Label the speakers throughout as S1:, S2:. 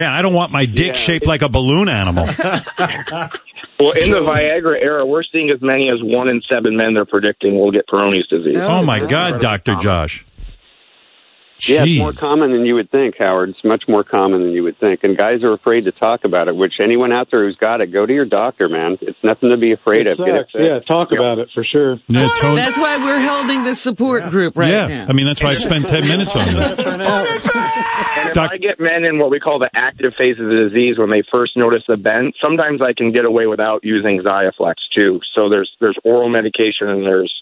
S1: Yeah, I don't want my dick
S2: Yeah.
S1: shaped like a balloon animal.
S2: Well, in the Viagra era, we're seeing as many as one in seven men they're predicting will get Peyronie's disease.
S1: oh my God, Doctor Josh.
S3: Yeah, it's more common than you would think, Howard. It's much more common than you would think. And guys are afraid to talk about it, which anyone out there who's got it, go to your doctor, man. It's nothing to be afraid
S4: It
S3: of. Get it
S4: sucks. Yeah,
S3: fixed.
S4: talk about it for sure.
S1: Yeah, Tony-
S5: That's why we're holding this support group right
S1: yeah.
S5: now.
S1: I mean that's why I've spent ten minutes on this.
S2: And if I get men in what we call the active phase of the disease when they first notice a bend, sometimes I can get away without using Xiaflex too. So there's there's oral medication and there's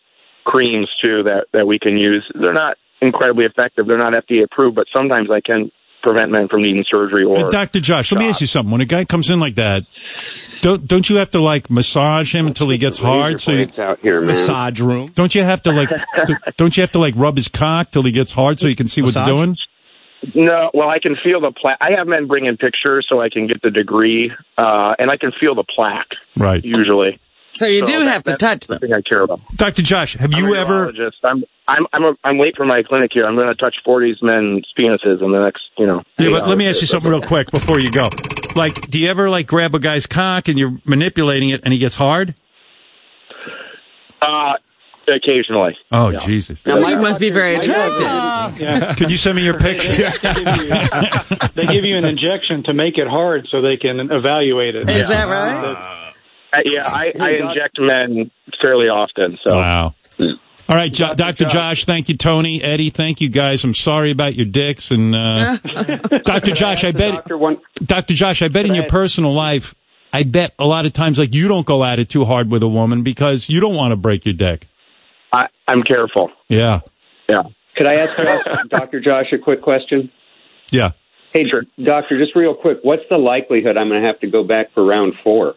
S2: creams too that that we can use. They're not incredibly effective. They're not FDA approved, but sometimes I can prevent men from needing surgery or
S1: Doctor Josh, let me ask you something. When a guy comes in like that, don't don't you have to like massage him until he gets hard? So you
S3: It's out here, man.
S6: Massage room.
S1: don't you have to like th- don't you have to like rub his cock till he gets hard so you can see what's
S6: Massage?
S1: doing?
S2: No, well, I can feel the plaque. I have men bring in pictures so I can get the degree, uh, and I can feel the plaque
S1: Right.
S2: usually.
S5: so you do
S2: So that-
S5: have to
S2: that's
S5: touch them.
S2: Something I care about.
S1: Doctor Josh, have
S2: I'm
S1: you
S2: a
S1: ever
S2: urologist. I'm I'm I'm, a, I'm late for my clinic here. I'm going to touch 40s men's penises in the next, you know.
S1: Yeah,
S2: eight
S1: but let me
S2: hours
S1: ask you
S2: or
S1: something real quick before you go. Like, do you ever like grab a guy's cock and you're manipulating it and he gets hard?
S2: Uh, occasionally.
S1: Oh Jesus!
S3: Now, my
S5: You must be very attractive.
S1: Could you send me your picture?
S4: They give you an injection to make it hard so they can evaluate it.
S5: Is that right?
S2: Uh, yeah, I, I inject men fairly often. So
S1: wow. All right, jo- Dr. Josh, thank you, Tony, Eddie, thank you guys. I'm sorry about your dicks and uh, Dr. Josh, I bet
S3: doctor one,
S1: Dr. Josh, I bet in your personal life, I bet a lot of times like you don't go at it too hard with a woman because you don't want to break your dick.
S2: I, I'm careful.
S1: Yeah.
S2: Yeah.
S3: could I ask Dr. Josh a quick question?
S1: Yeah.
S3: Hey, doctor, just real quick, what's the likelihood I'm going to have to go back for round four?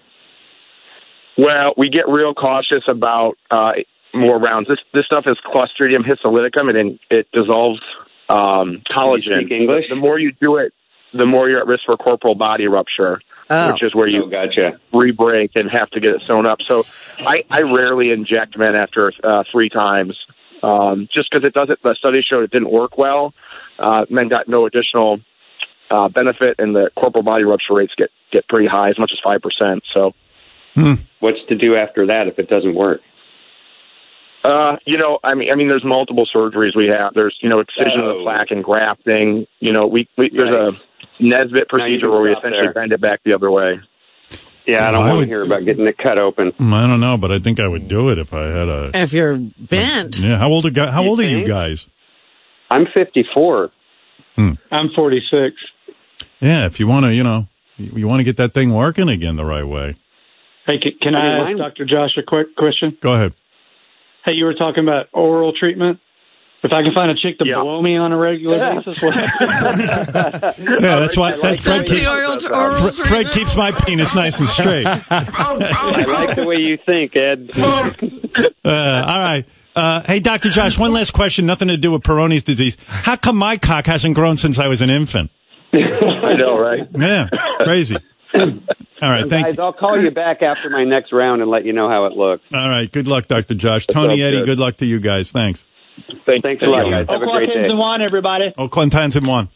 S2: Well, we get real cautious about uh, more rounds. This this stuff is Clostridium histolyticum, and it, it dissolves um, collagen.
S3: Can you speak English?
S2: The more you do it, the more you're at risk for corporal body rupture,
S5: Oh.
S2: which is where
S3: Oh,
S2: you
S3: gotcha.
S2: re-break and have to get it sewn up. So, I, I rarely inject men after uh, three times, um, just because it doesn't. The studies showed it didn't work well. Uh, men got no additional uh, benefit, and the corporal body rupture rates get get pretty high, as much as five percent. So.
S3: What's to do after that if it doesn't work?
S2: Uh, you know, I mean, I mean, there's multiple surgeries we have. There's, you know, excision of the
S3: Oh.
S2: plaque and grafting. You know, we, we there's
S3: Yikes.
S2: a Nesbit
S3: Now you
S2: procedure
S3: can
S2: where we
S3: stop
S2: essentially
S3: there.
S2: bend it back the other way.
S3: Yeah, I
S1: Oh,
S3: don't
S1: I
S3: want
S1: would-
S3: to hear about getting it cut open.
S1: Mm, I don't know, but I think I would do it if I had a.
S5: If you're bent.
S1: Yeah. How old are guy? How
S3: You
S1: old are you
S3: think?
S1: guys?
S3: I'm 54.
S1: Hmm.
S4: I'm 46.
S1: Yeah, if you want to, you know, you, you want to get that thing working again the right way.
S4: Hey, can, can
S3: I mean,
S4: I ask
S3: mine-
S4: Dr. Josh a quick question?
S1: Go ahead.
S4: Hey, you were talking about oral treatment. If I can find a chick to
S2: Yeah.
S4: blow me on a regular basis, what?
S1: Yeah, that's why that Fred
S5: That's the
S1: keeps
S5: oral, oral
S1: Fred, Fred
S5: treatment.
S1: keeps my penis nice and straight. Uh,
S5: Oh,
S3: I like the way you think, Ed.
S1: all right. Uh, hey, Dr. Josh, one last question. Nothing to do with Peyronie's disease. How come my cock hasn't grown since I was an infant?
S2: I know, right?
S1: Yeah, crazy. All right, thank
S3: Guys,
S1: you.
S3: I'll call you back after my next round and let you know how it looks.
S1: All right, good luck, Dr. Josh. Tony,
S2: all
S1: Eddie,
S2: good.
S1: good luck to you guys. Thanks.
S2: Thank,
S3: Thanks a lot,
S2: you.
S3: guys. Have a great day.
S4: one, everybody.
S1: Oh, Quintans in one.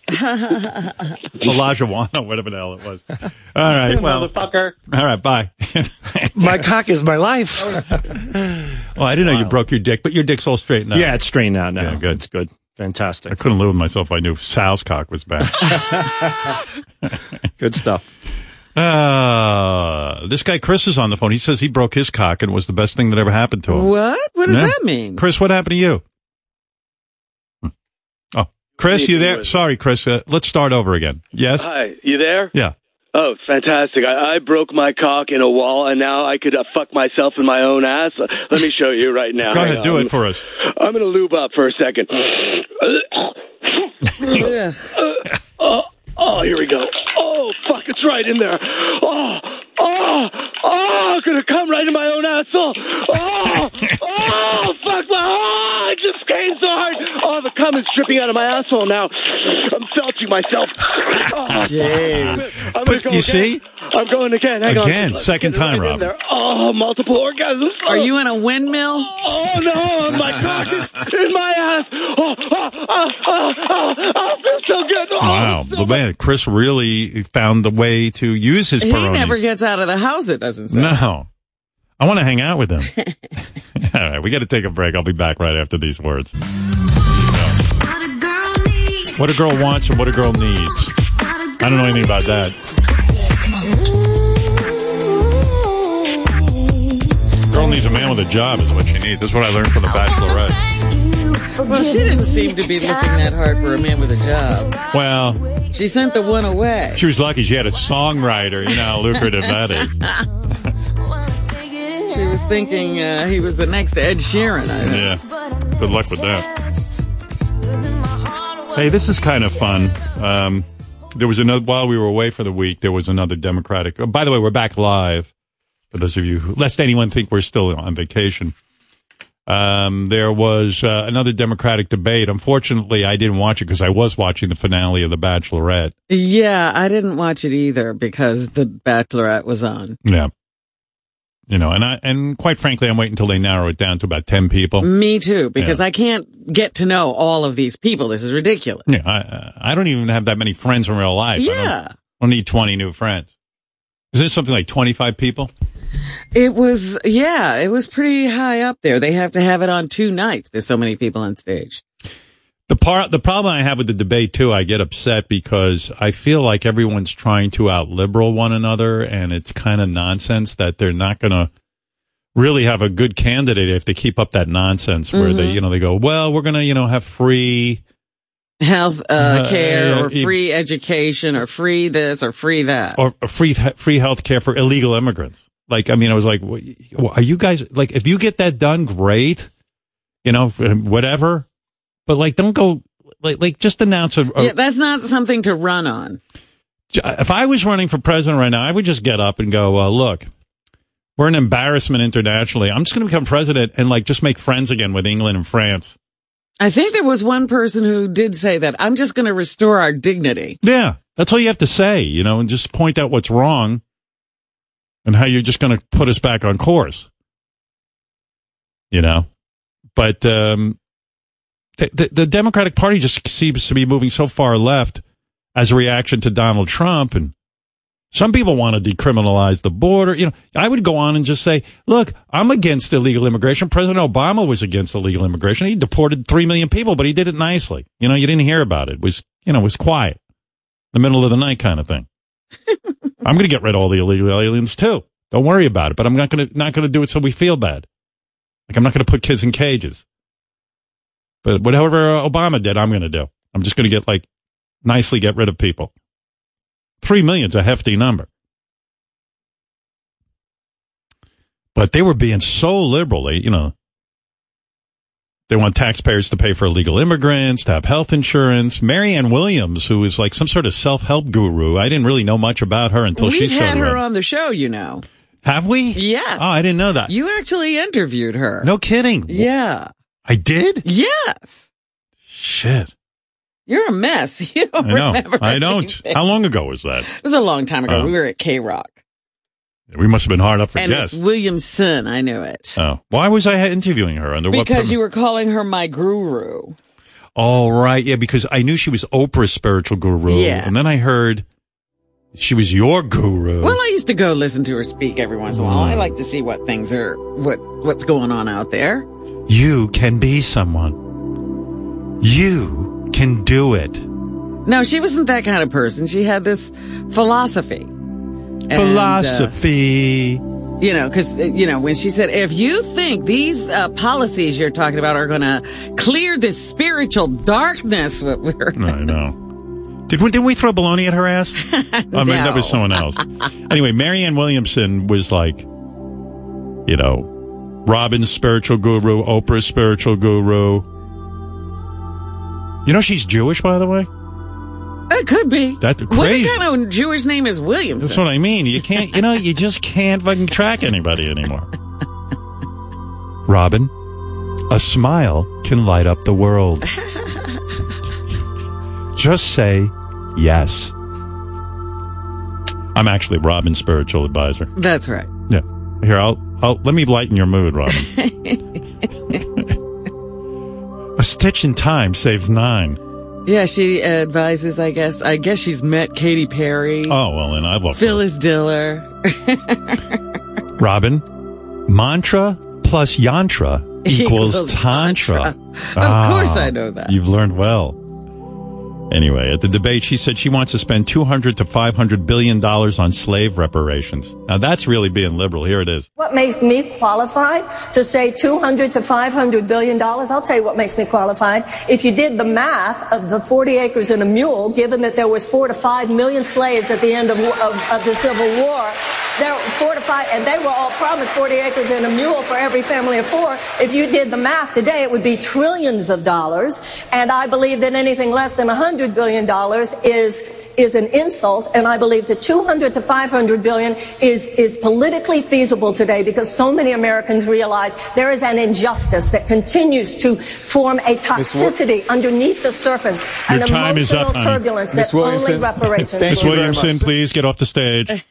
S1: Elijah one, or whatever the hell it was. All right, well,
S4: Motherfucker.
S1: all right, bye.
S7: My cock is my life.
S1: Oh, I didn't know you broke your dick, but your dick's all straight now.
S6: Yeah, it's straightened out now.
S1: Yeah, good.
S6: It's good. Fantastic.
S1: I couldn't live with myself. I knew Sal's cock was back.
S6: Good stuff.
S1: uh, this guy Chris is on the phone. He says he broke his cock and it was the best thing that ever happened to him.
S5: What? What does
S1: Yeah.
S5: that mean?
S1: Chris, what happened to you? Hmm. Oh, Chris, you there? Sorry, Chris. Uh, let's start over again. Yes.
S8: Hi, you there?
S1: Yeah.
S8: Oh, fantastic. I, I broke my cock in a wall, and now I could uh, fuck myself in my own ass. Uh, Let me show you right now.
S1: Go
S8: Hang
S1: ahead, do
S8: on.
S1: it for us.
S8: I'm going to lube up for a second.
S5: Yeah.
S8: oh, oh, here we go. Oh, fuck, it's right in there. Oh, oh, oh, going to come right in my own asshole. Oh, oh, fuck, my, oh, it just came so hard. Oh, the cum is dripping out of my asshole now. I'm felching myself. Oh,
S5: Jeez.
S8: I'm gonna
S1: But
S8: go
S1: you
S8: again.
S1: see?
S8: I'm going again. Hang on.
S1: Again,
S8: Let's
S1: second
S8: get it
S1: time,
S8: right in
S1: Robin.
S8: there. Oh, oh, multiple orgasms.
S5: Are you in a windmill?
S8: Oh, no, my cock is in my ass. Oh, oh, oh, oh, oh, oh, I feel so good. Oh,
S1: Wow, the man, Chris really found the way to use his.
S5: He
S1: Peronis.
S5: never gets out of the house, it doesn't sound.
S1: No, I want to hang out with him. All right, we got to take a break. I'll be back right after these words. What a girl wants and what a girl needs. I don't know anything about that. Girl needs a man with a job is what she needs. That's what I learned from the Bachelorette.
S5: Well, she didn't seem to be looking that hard for a man with a job.
S1: Well,
S5: She sent the one away.
S1: she was lucky she had a songwriter. You know how lucrative that is.
S5: She was thinking uh, he was the next Ed Sheeran. I think.
S1: Yeah. Good luck with that. Hey, this is kind of fun. Um, there was another, while we were away for the week, there was another Democratic. Oh, by the way, we're back live for those of you who, lest anyone think we're still on vacation. Um, there was uh, another Democratic debate. Unfortunately, I didn't watch it because I was watching the finale of The Bachelorette.
S5: Yeah, I didn't watch it either because the Bachelorette was on.
S1: Yeah. You know, and I, and quite frankly, I'm waiting until they narrow it down to about 10 people.
S5: Me too, because I can't get to know all of these people. This is ridiculous.
S1: Yeah, I, I don't even have that many friends in real life. I don't,
S5: Yeah.
S1: I don't need 20 new friends. Is it something like 25 people?
S5: It was, yeah, it was pretty high up there. They have to have it on two nights. There's so many people on stage.
S1: The part, the problem I have with the debate too, I get upset because I feel like everyone's trying to out liberal one another and it's kind of nonsense that they're not going to really have a good candidate if they keep up that nonsense where
S5: Mm-hmm.
S1: they, you know, they go, well, we're going to, you know, have free,
S5: Health uh,
S1: Uh,
S5: care
S1: yeah,
S5: or
S1: yeah.
S5: free education or free this or free that.
S1: or or free free health care for illegal immigrants. Like, I mean, I was like, "Wha- are you guys like, if you get that done, great, you know, f- whatever. But like, don't go like like just announce a. a-
S5: yeah, that's not something to run on.
S1: if I was running for president right now, I would just get up and go, uh, look, we're an embarrassment internationally. I'm just going to become president and like just make friends again with England and France.
S5: I think there was one person who did say that. I'm just going to restore our dignity.
S1: Yeah, that's all you have to say, you know, and just point out what's wrong and how you're just going to put us back on course. You know, but um, the, the the Democratic Party just seems to be moving so far left as a reaction to Donald Trump, and some people want to decriminalize the border. You know, I would go on and just say, "Look, I'm against illegal immigration. President Obama was against illegal immigration. He deported three million people, but he did it nicely. You know, you didn't hear about it. It was you know, it was quiet." the middle of the night kind of thing. I'm going to get rid of all the illegal aliens too. Don't worry about it. But I'm not going to not going to do it so we feel bad. Like I'm not going to put kids in cages. But whatever uh, Obama did, I'm going to do. I'm just going to get like nicely get rid of people. Three million's a hefty number. But they were being so liberal, they, you know. They want taxpayers to pay for illegal immigrants, to have health insurance. Marianne Williams, who is like some sort of self-help guru. I didn't really know much about her until she
S5: We've had
S1: started.
S5: her
S1: running.
S5: on the show, you know.
S1: Have we?
S5: Yes.
S1: Oh, I didn't know that.
S5: You actually interviewed her.
S1: No kidding.
S5: Yeah.
S1: I did?
S5: Yes.
S1: Shit.
S5: You're a mess. You don't
S1: I know.
S5: remember.
S1: I don't.
S5: anything.
S1: How long ago was that?
S5: It was a long time ago.
S1: Oh.
S5: we were at K Rock.
S1: We must have been hard up for
S5: And
S1: guests.
S5: it's Williamson. I knew it.
S1: Oh, why was I interviewing her under what?
S5: because
S1: premise?
S5: you were calling her my guru.
S1: All right, yeah, because I knew she was Oprah's spiritual guru,
S5: Yeah.
S1: and then I heard she was your guru.
S5: Well, I used to go listen to her speak every once in a while.
S1: Mm.
S5: I like to see what things are, what what's going on out there.
S1: you can be someone. You can do it.
S5: No, she wasn't that kind of person. She had this philosophy. And, uh,
S1: Philosophy.
S5: you know, because you know when she said, "If you think these uh, policies you're talking about are going to clear this spiritual darkness," what we're
S1: I know. Did we, did we throw baloney at her ass? I mean, that was someone else. anyway, Marianne Williamson was like, you know, Robin's spiritual guru, Oprah's spiritual guru. You know, she's Jewish, by the way.
S5: it could be.
S1: That's crazy.
S5: What kind of Jewish name is Williamson?
S1: That's what I mean. You can't, you know, you just can't fucking track anybody anymore. Robin, a smile can light up the world. just say yes. I'm actually Robin's spiritual advisor.
S5: That's right.
S1: Yeah. Here, I'll, I'll let me lighten your mood, Robin. a stitch in time saves nine.
S5: Yeah, she advises, I guess. I guess she's met Katy Perry,
S1: Oh well, then I love
S5: Phyllis Diller.
S1: Robin. Mantra plus yantra equals,
S5: Equals
S1: tantra. Ah,
S5: Of course I know that.
S1: You've learned well. Anyway, at the debate, she said she wants to spend 200 to 500 billion dollars on slave reparations. Now that's really being liberal. Here it is.
S9: What makes me qualified to say 200 to 500 billion dollars? I'll tell you what makes me qualified. If you did the math of the 40 acres and a mule, given that there was four to five million slaves at the end of, of, of the Civil War, there were four to five, and they were all promised 40 acres and a mule for every family of four. If you did the math today, it would be trillions of dollars. And I believe that anything less than 100 billion dollars is is an insult. And I believe that 200 to 500 billion is is politically feasible today because so many Americans realize there is an injustice that continues to form a toxicity underneath the surface,
S1: Your
S9: an
S1: time is
S9: emotional
S1: up, honey.
S9: turbulence
S10: Miss
S9: that only
S10: Williamson.
S9: reparations.
S10: Thank
S1: Miss
S10: you very
S1: Williamson,
S10: much.
S1: please get off the stage.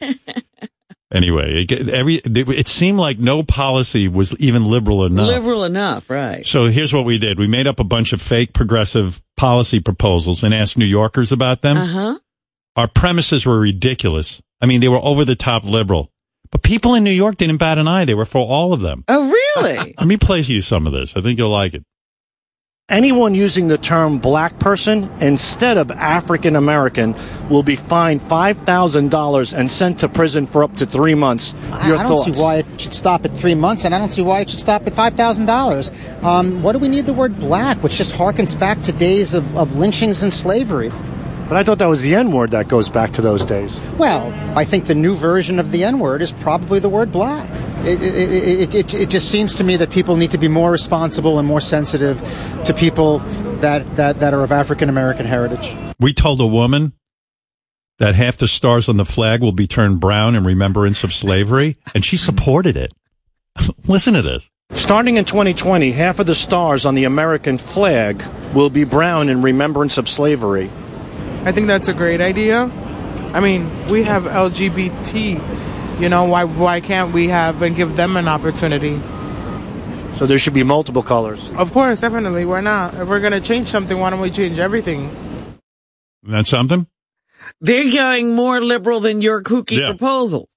S1: anyway, it, get- every it seemed like no policy was even liberal enough.
S5: Liberal enough, right?
S1: So here's what we did. We made up a bunch of fake progressive policy proposals and asked New Yorkers about them.
S5: Uh huh.
S1: Our premises were ridiculous. I mean, they were over the top liberal. But people in New York didn't bat an eye. They were for all of them.
S5: Oh, really?
S1: Let me play you some of this. I think you'll like it.
S7: Anyone using the term black person instead of African American will be fined $5,000 and sent to prison for up to three months. Your
S11: I, I don't
S7: thoughts?
S11: see why it should stop at three months, and I don't see why it should stop at five thousand dollars. Um, what do we need the word black, which just harkens back to days of, of lynchings and slavery?
S7: But I thought that was the N word that goes back to those days.
S11: Well, I think the new version of the N word is probably the word black. It, it, it, it, it just seems to me that people need to be more responsible and more sensitive to people that, that, that are of African American heritage.
S1: We told a woman that half the stars on the flag will be turned brown in remembrance of slavery, and she supported it. Listen to this.
S7: Starting in 2020, half of the stars on the American flag will be brown in remembrance of slavery.
S12: I think that's a great idea. I mean, we have LGBT. You know, why why can't we have and give them an opportunity?
S7: So there should be multiple colors.
S12: Of course, definitely. Why not? If we're gonna change something, why don't we change everything?
S1: Isn't that something?
S5: They're going more liberal than your kooky
S1: Yeah.
S5: proposal.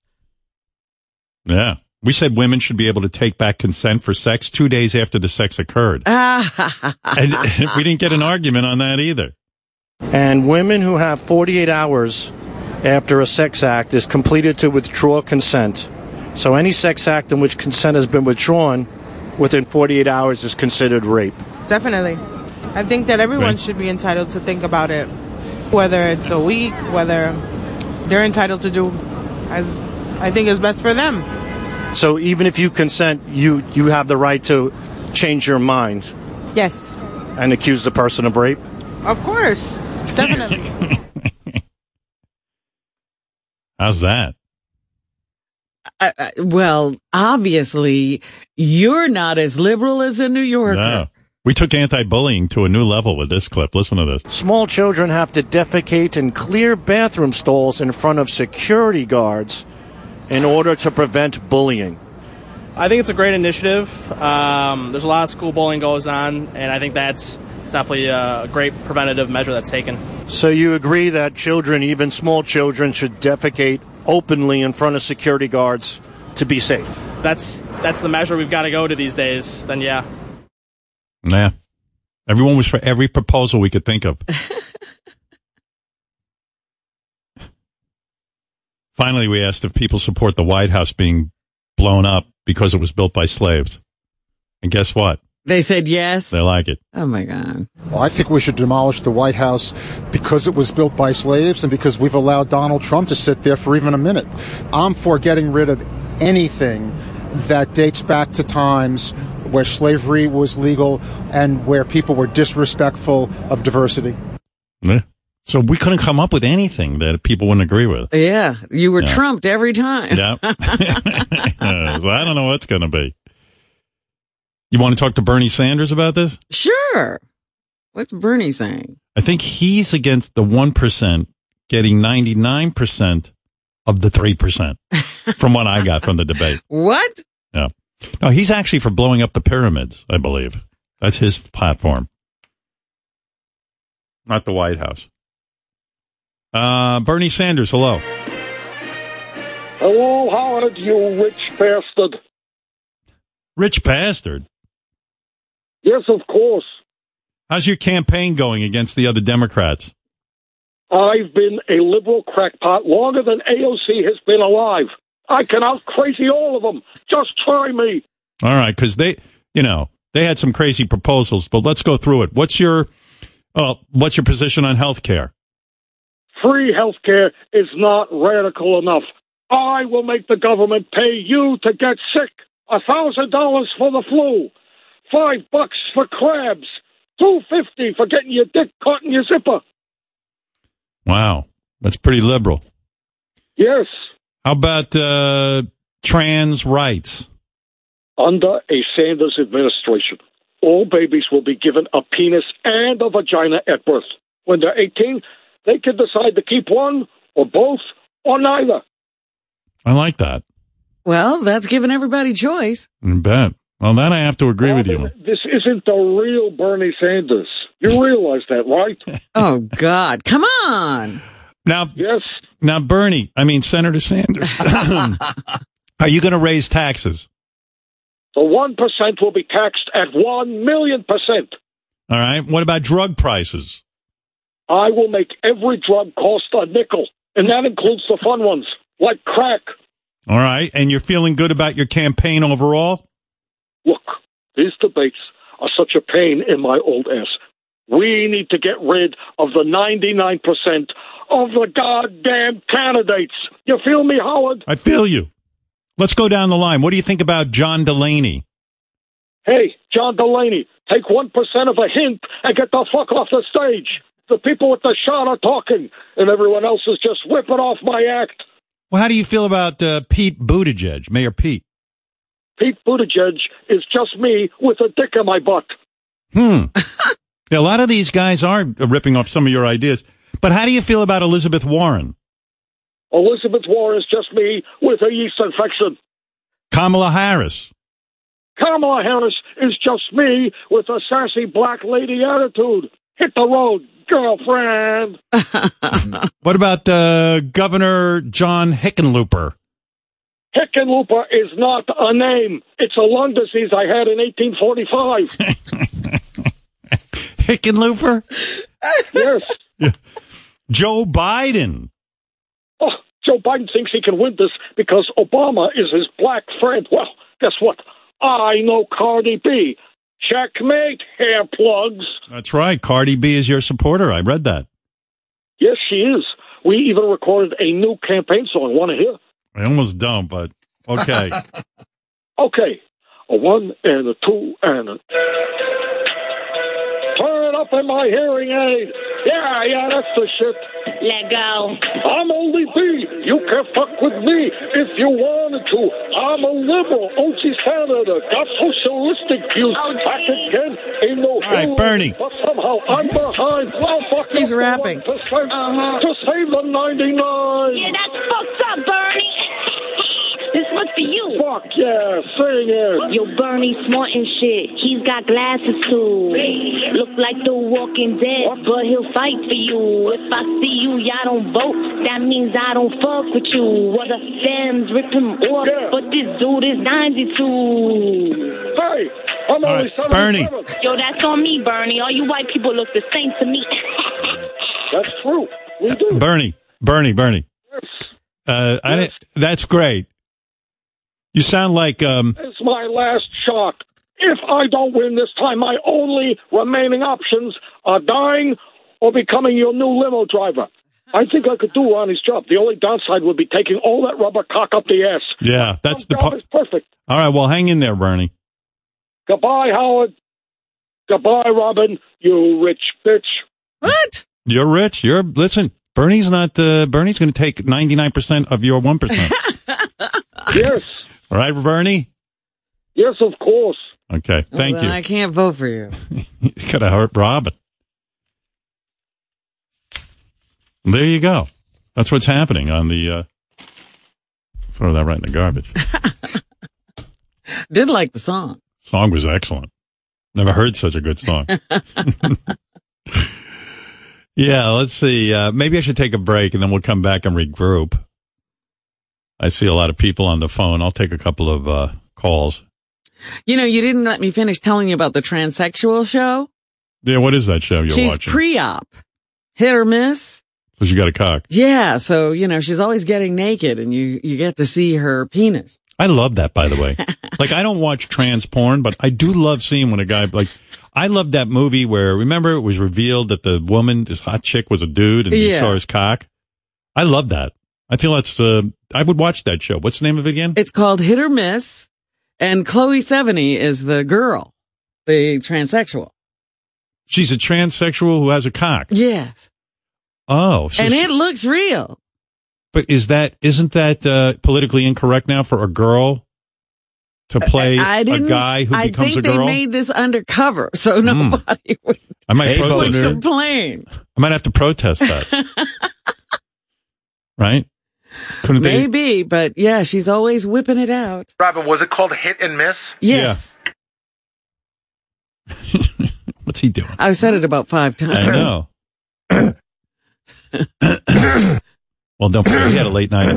S1: Yeah. We said women should be able to take back consent for sex two days after the sex occurred.
S5: Ah,
S1: and we didn't get an argument on that either.
S7: And women who have 48 hours after a sex act is completed to withdraw consent. So any sex act in which consent has been withdrawn within 48 hours is considered rape.
S12: Definitely. I think that everyone
S7: Right.
S12: should be entitled to think about it, whether it's a week, whether they're entitled to do as I think is best for them.
S7: So even if you consent, you, you have the right to change your mind
S12: Yes,
S7: and accuse the person of rape.
S12: of course, definitely.
S1: How's that?
S5: I, I, well, obviously, you're not as liberal as a New Yorker.
S1: No. Oh. We took anti-bullying to a new level with this clip. Listen to this.
S7: Small children have to defecate in clear bathroom stalls in front of security guards in order to prevent bullying.
S13: I think it's a great initiative. Um, there's a lot of school bullying goes on, and I think that's definitely a great preventative measure that's taken.
S7: So you agree that children, even small children, should defecate openly in front of security guards to be safe.
S13: That's that's the measure we've got to go to these days. Then yeah,
S1: Yeah. Everyone was for every proposal we could think of. Finally, we asked if people support the White House being blown up because it was built by slaves. And guess what?
S5: They said yes.
S1: They like it.
S5: Oh my God.
S10: Well, I think we should demolish the White House because it was built by slaves and because we've allowed Donald Trump to sit there for even a minute. I'm for getting rid of anything that dates back to times where slavery was legal and where people were disrespectful of diversity.
S1: Yeah. So we couldn't come up with anything that people wouldn't agree with.
S5: Yeah, you were
S1: Yeah.
S5: trumped every time.
S1: Yeah. so I don't know what's going to be. You want to talk to Bernie Sanders about this?
S5: Sure. What's Bernie saying?
S1: I think he's against the 1% getting 99% of the 3%, from what I got from the debate.
S5: What?
S1: Yeah. No, he's actually for blowing up the pyramids, I believe. That's his platform. Not the White House. Uh, Bernie Sanders, hello.
S14: Hello, Oh, Howard, you rich bastard.
S1: Rich bastard.
S14: Yes, of course.
S1: How's your campaign going against the other Democrats?
S14: I've been a liberal crackpot longer than AOC has been alive. I can out crazy all of them. Just try me.
S1: All right, because they, you know, they had some crazy proposals, but let's go through it. What's your, uh, what's your position on health care?
S14: Free healthcare is not radical enough. I will make the government pay you to get sick. A thousand dollars for the flu, five bucks for crabs, two fifty for getting your dick caught in your zipper.
S1: Wow, that's pretty liberal.
S14: Yes,
S1: How about uh, trans rights?
S14: under a Sanders administration, all babies will be given a penis and a vagina at birth. When they're 18, they can decide to keep one or both or neither.
S1: I like that.
S5: Well, that's giving everybody choice.
S1: I bet. Well, that I have to agree with you. on.
S14: This isn't the real Bernie Sanders. You realize that, right?
S5: Oh, God. Come on.
S1: Now,
S14: yes.
S1: Now, Bernie, I mean Senator Sanders, um, are you going to raise taxes?
S14: The 1% will be taxed at 1 million percent.
S1: All right. What about drug prices?
S14: I will make every drug cost a nickel, and that includes the fun ones, like crack.
S1: All right. And you're feeling good about your campaign overall?
S14: Look, these debates are such a pain in my old ass. We need to get rid of the 99% of the goddamn candidates. You feel me, Howard?
S1: I feel you. Let's go down the line. What do you think about John Delaney?
S14: Hey, John Delaney, take 1% of a hint and get the fuck off the stage. The people with the shot are talking, and everyone else is just whipping off my act.
S1: Well, how do you feel about uh, Pete Buttigieg, Mayor Pete?
S14: Pete Buttigieg is just me with a dick in my butt.
S1: Hmm. Yeah, a lot of these guys are ripping off some of your ideas. But how do you feel about Elizabeth Warren?
S14: Elizabeth Warren is just me with a yeast infection.
S1: Kamala Harris?
S14: Kamala Harris is just me with a sassy black lady attitude. Hit the road, girlfriend.
S1: What about uh, Governor John Hickenlooper?
S14: Hickenlooper is not a name. It's a lung disease I had in 1845.
S1: Hickenlooper?
S14: yes.
S1: Joe Biden?
S14: Oh, Joe Biden thinks he can win this because Obama is his black friend. Well, guess what? I know Cardi B. Checkmate, hair plugs.
S1: That's right. Cardi B is your supporter. I read that.
S14: Yes, she is. We even recorded a new campaign song. Want to hear?
S1: I almost don't, but okay.
S14: Okay. A one and a two and a. Turn it up in my hearing aid. Yeah, yeah, that's the shit. Let go. I'm only me. You can fuck with me if you wanted to. I'm a liberal, OT senator, got socialistic views. Back again, ain't no. All
S1: right, Bernie.
S14: But somehow I'm behind. Well, fuck
S5: He's rapping.
S14: To save, to save the 99.
S15: Yeah, that's fucked up, Bernie. This one's for you.
S14: Fuck yeah, sing it.
S15: Yo, Bernie smart and shit. He's got glasses too. Look like the Walking Dead, but he'll fight for you. If I see you, y'all don't vote. That means I don't fuck with you. What the femmes rip him off,
S14: Yeah.
S15: but this dude is 92.
S14: Hey, I'm
S1: All
S14: only
S1: right,
S14: 77.
S1: Bernie.
S15: Yo, that's on me, Bernie. All you white people look the same to me.
S14: That's true. We do.
S1: Bernie, Bernie, Bernie. Uh, I didn't- that's great. You sound like um,
S14: It's my last shot. If I don't win this time, my only remaining options are dying or becoming your new limo driver. I think I could do Ronnie's job. The only downside would be taking all that rubber cock up the ass.
S1: yeah. That's the
S14: job
S1: part.
S14: is perfect.
S1: All right. Well, hang in there, Bernie.
S14: Goodbye, Howard. Goodbye, Robin. You rich bitch.
S5: What?
S1: You're rich. You're listen. Bernie's not. Uh, Bernie's going to take ninety nine percent of your one percent.
S14: Yes,
S1: All right, Bernie.
S14: yes, of course.
S1: Okay. Thank
S5: Well, then
S1: you.
S5: I can't vote for you.
S1: It's going to hurt Robin. There you go. That's what's happening on the uh, Throw that right in the garbage.
S5: Did like the song.
S1: Song was excellent. Never heard such a good song. yeah, let's see. Uh, maybe I should take a break and then we'll come back and regroup. I see a lot of people on the phone. I'll take a couple of uh, calls.
S5: You know, you didn't let me finish telling you about the transsexual show.
S1: Yeah, what is that show you're
S5: She's
S1: watching?
S5: pre-op. Hit or miss.
S1: so she got a cock.
S5: Yeah, so you know, she's always getting naked and you you get to see her penis.
S1: I love that, by the way. like, I don't watch trans porn, but I do love seeing when a guy, like, I love that movie where, remember, it was revealed that the woman, this hot chick was a dude and you
S5: Yeah.
S1: saw his cock. I love that. I feel that's, uh, I would watch that show. What's the name of it again?
S5: It's called Hit or Miss and Chloe 70 is the girl, the transsexual.
S1: She's a transsexual who has a cock.
S5: Yes.
S1: Oh, so
S5: and
S1: she-
S5: it looks real.
S1: but is that, isn't that, uh, politically incorrect now for a girl to play
S5: I
S1: a
S5: didn't
S1: guy who
S5: I
S1: becomes
S5: think
S1: a girl?
S5: They
S1: Hmm.
S5: made this undercover, so nobody
S1: I might
S5: would
S1: protest that.
S5: complain.
S1: I might have to protest that. right? Couldn't they?
S5: Maybe, but yeah, she's always whipping it out.
S16: Robin, was it called Hit and Miss?
S5: Yes.
S1: What's he doing?
S5: I've said it about five times.
S1: I know. well, don't forget, he had a late night at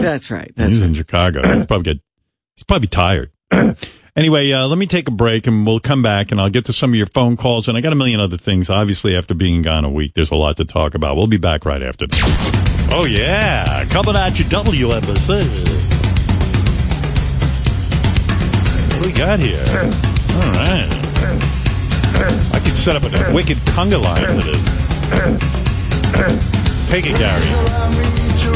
S5: That's right.
S1: he's in Chicago. He's probably, get, he's probably tired. anyway, uh, let me take a break and we'll come back and I'll get to some of your phone calls. And I got a million other things. Obviously, after being gone a week, there's a lot to talk about. We'll be back right after this. Oh, yeah. Coming at you, WMSA. What do we got here? All right. I could set up a wicked conga line for this. Take it, Gary.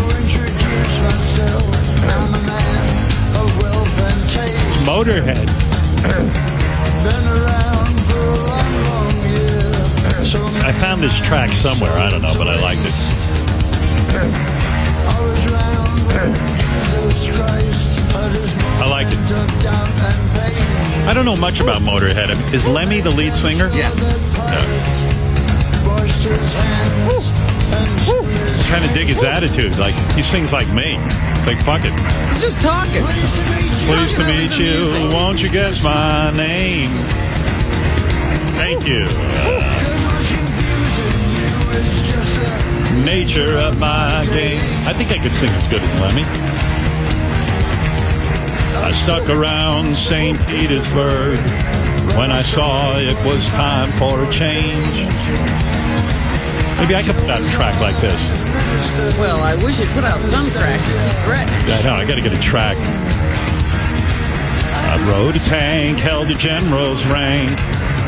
S1: It's Motorhead. I found this track somewhere. I don't know, but I like it. I like it. I don't know much about Motorhead. I mean, Is Lemmy the lead singer? Yes. I kind of dig his attitude. Like he sings like me. Like fuck it.
S5: I'm just talking.
S1: Pleased to meet you. Won't you guess my name? Thank you. Uh, nature of my game. I think I could sing as good as Lemmy. I stuck around St. Petersburg when I saw it was time for a change. Maybe I could put out a track like this.
S5: Well, I wish you'd put out some track. Threatening.
S1: Yeah, I know. I got to get a track. I rode a tank, held a general's rank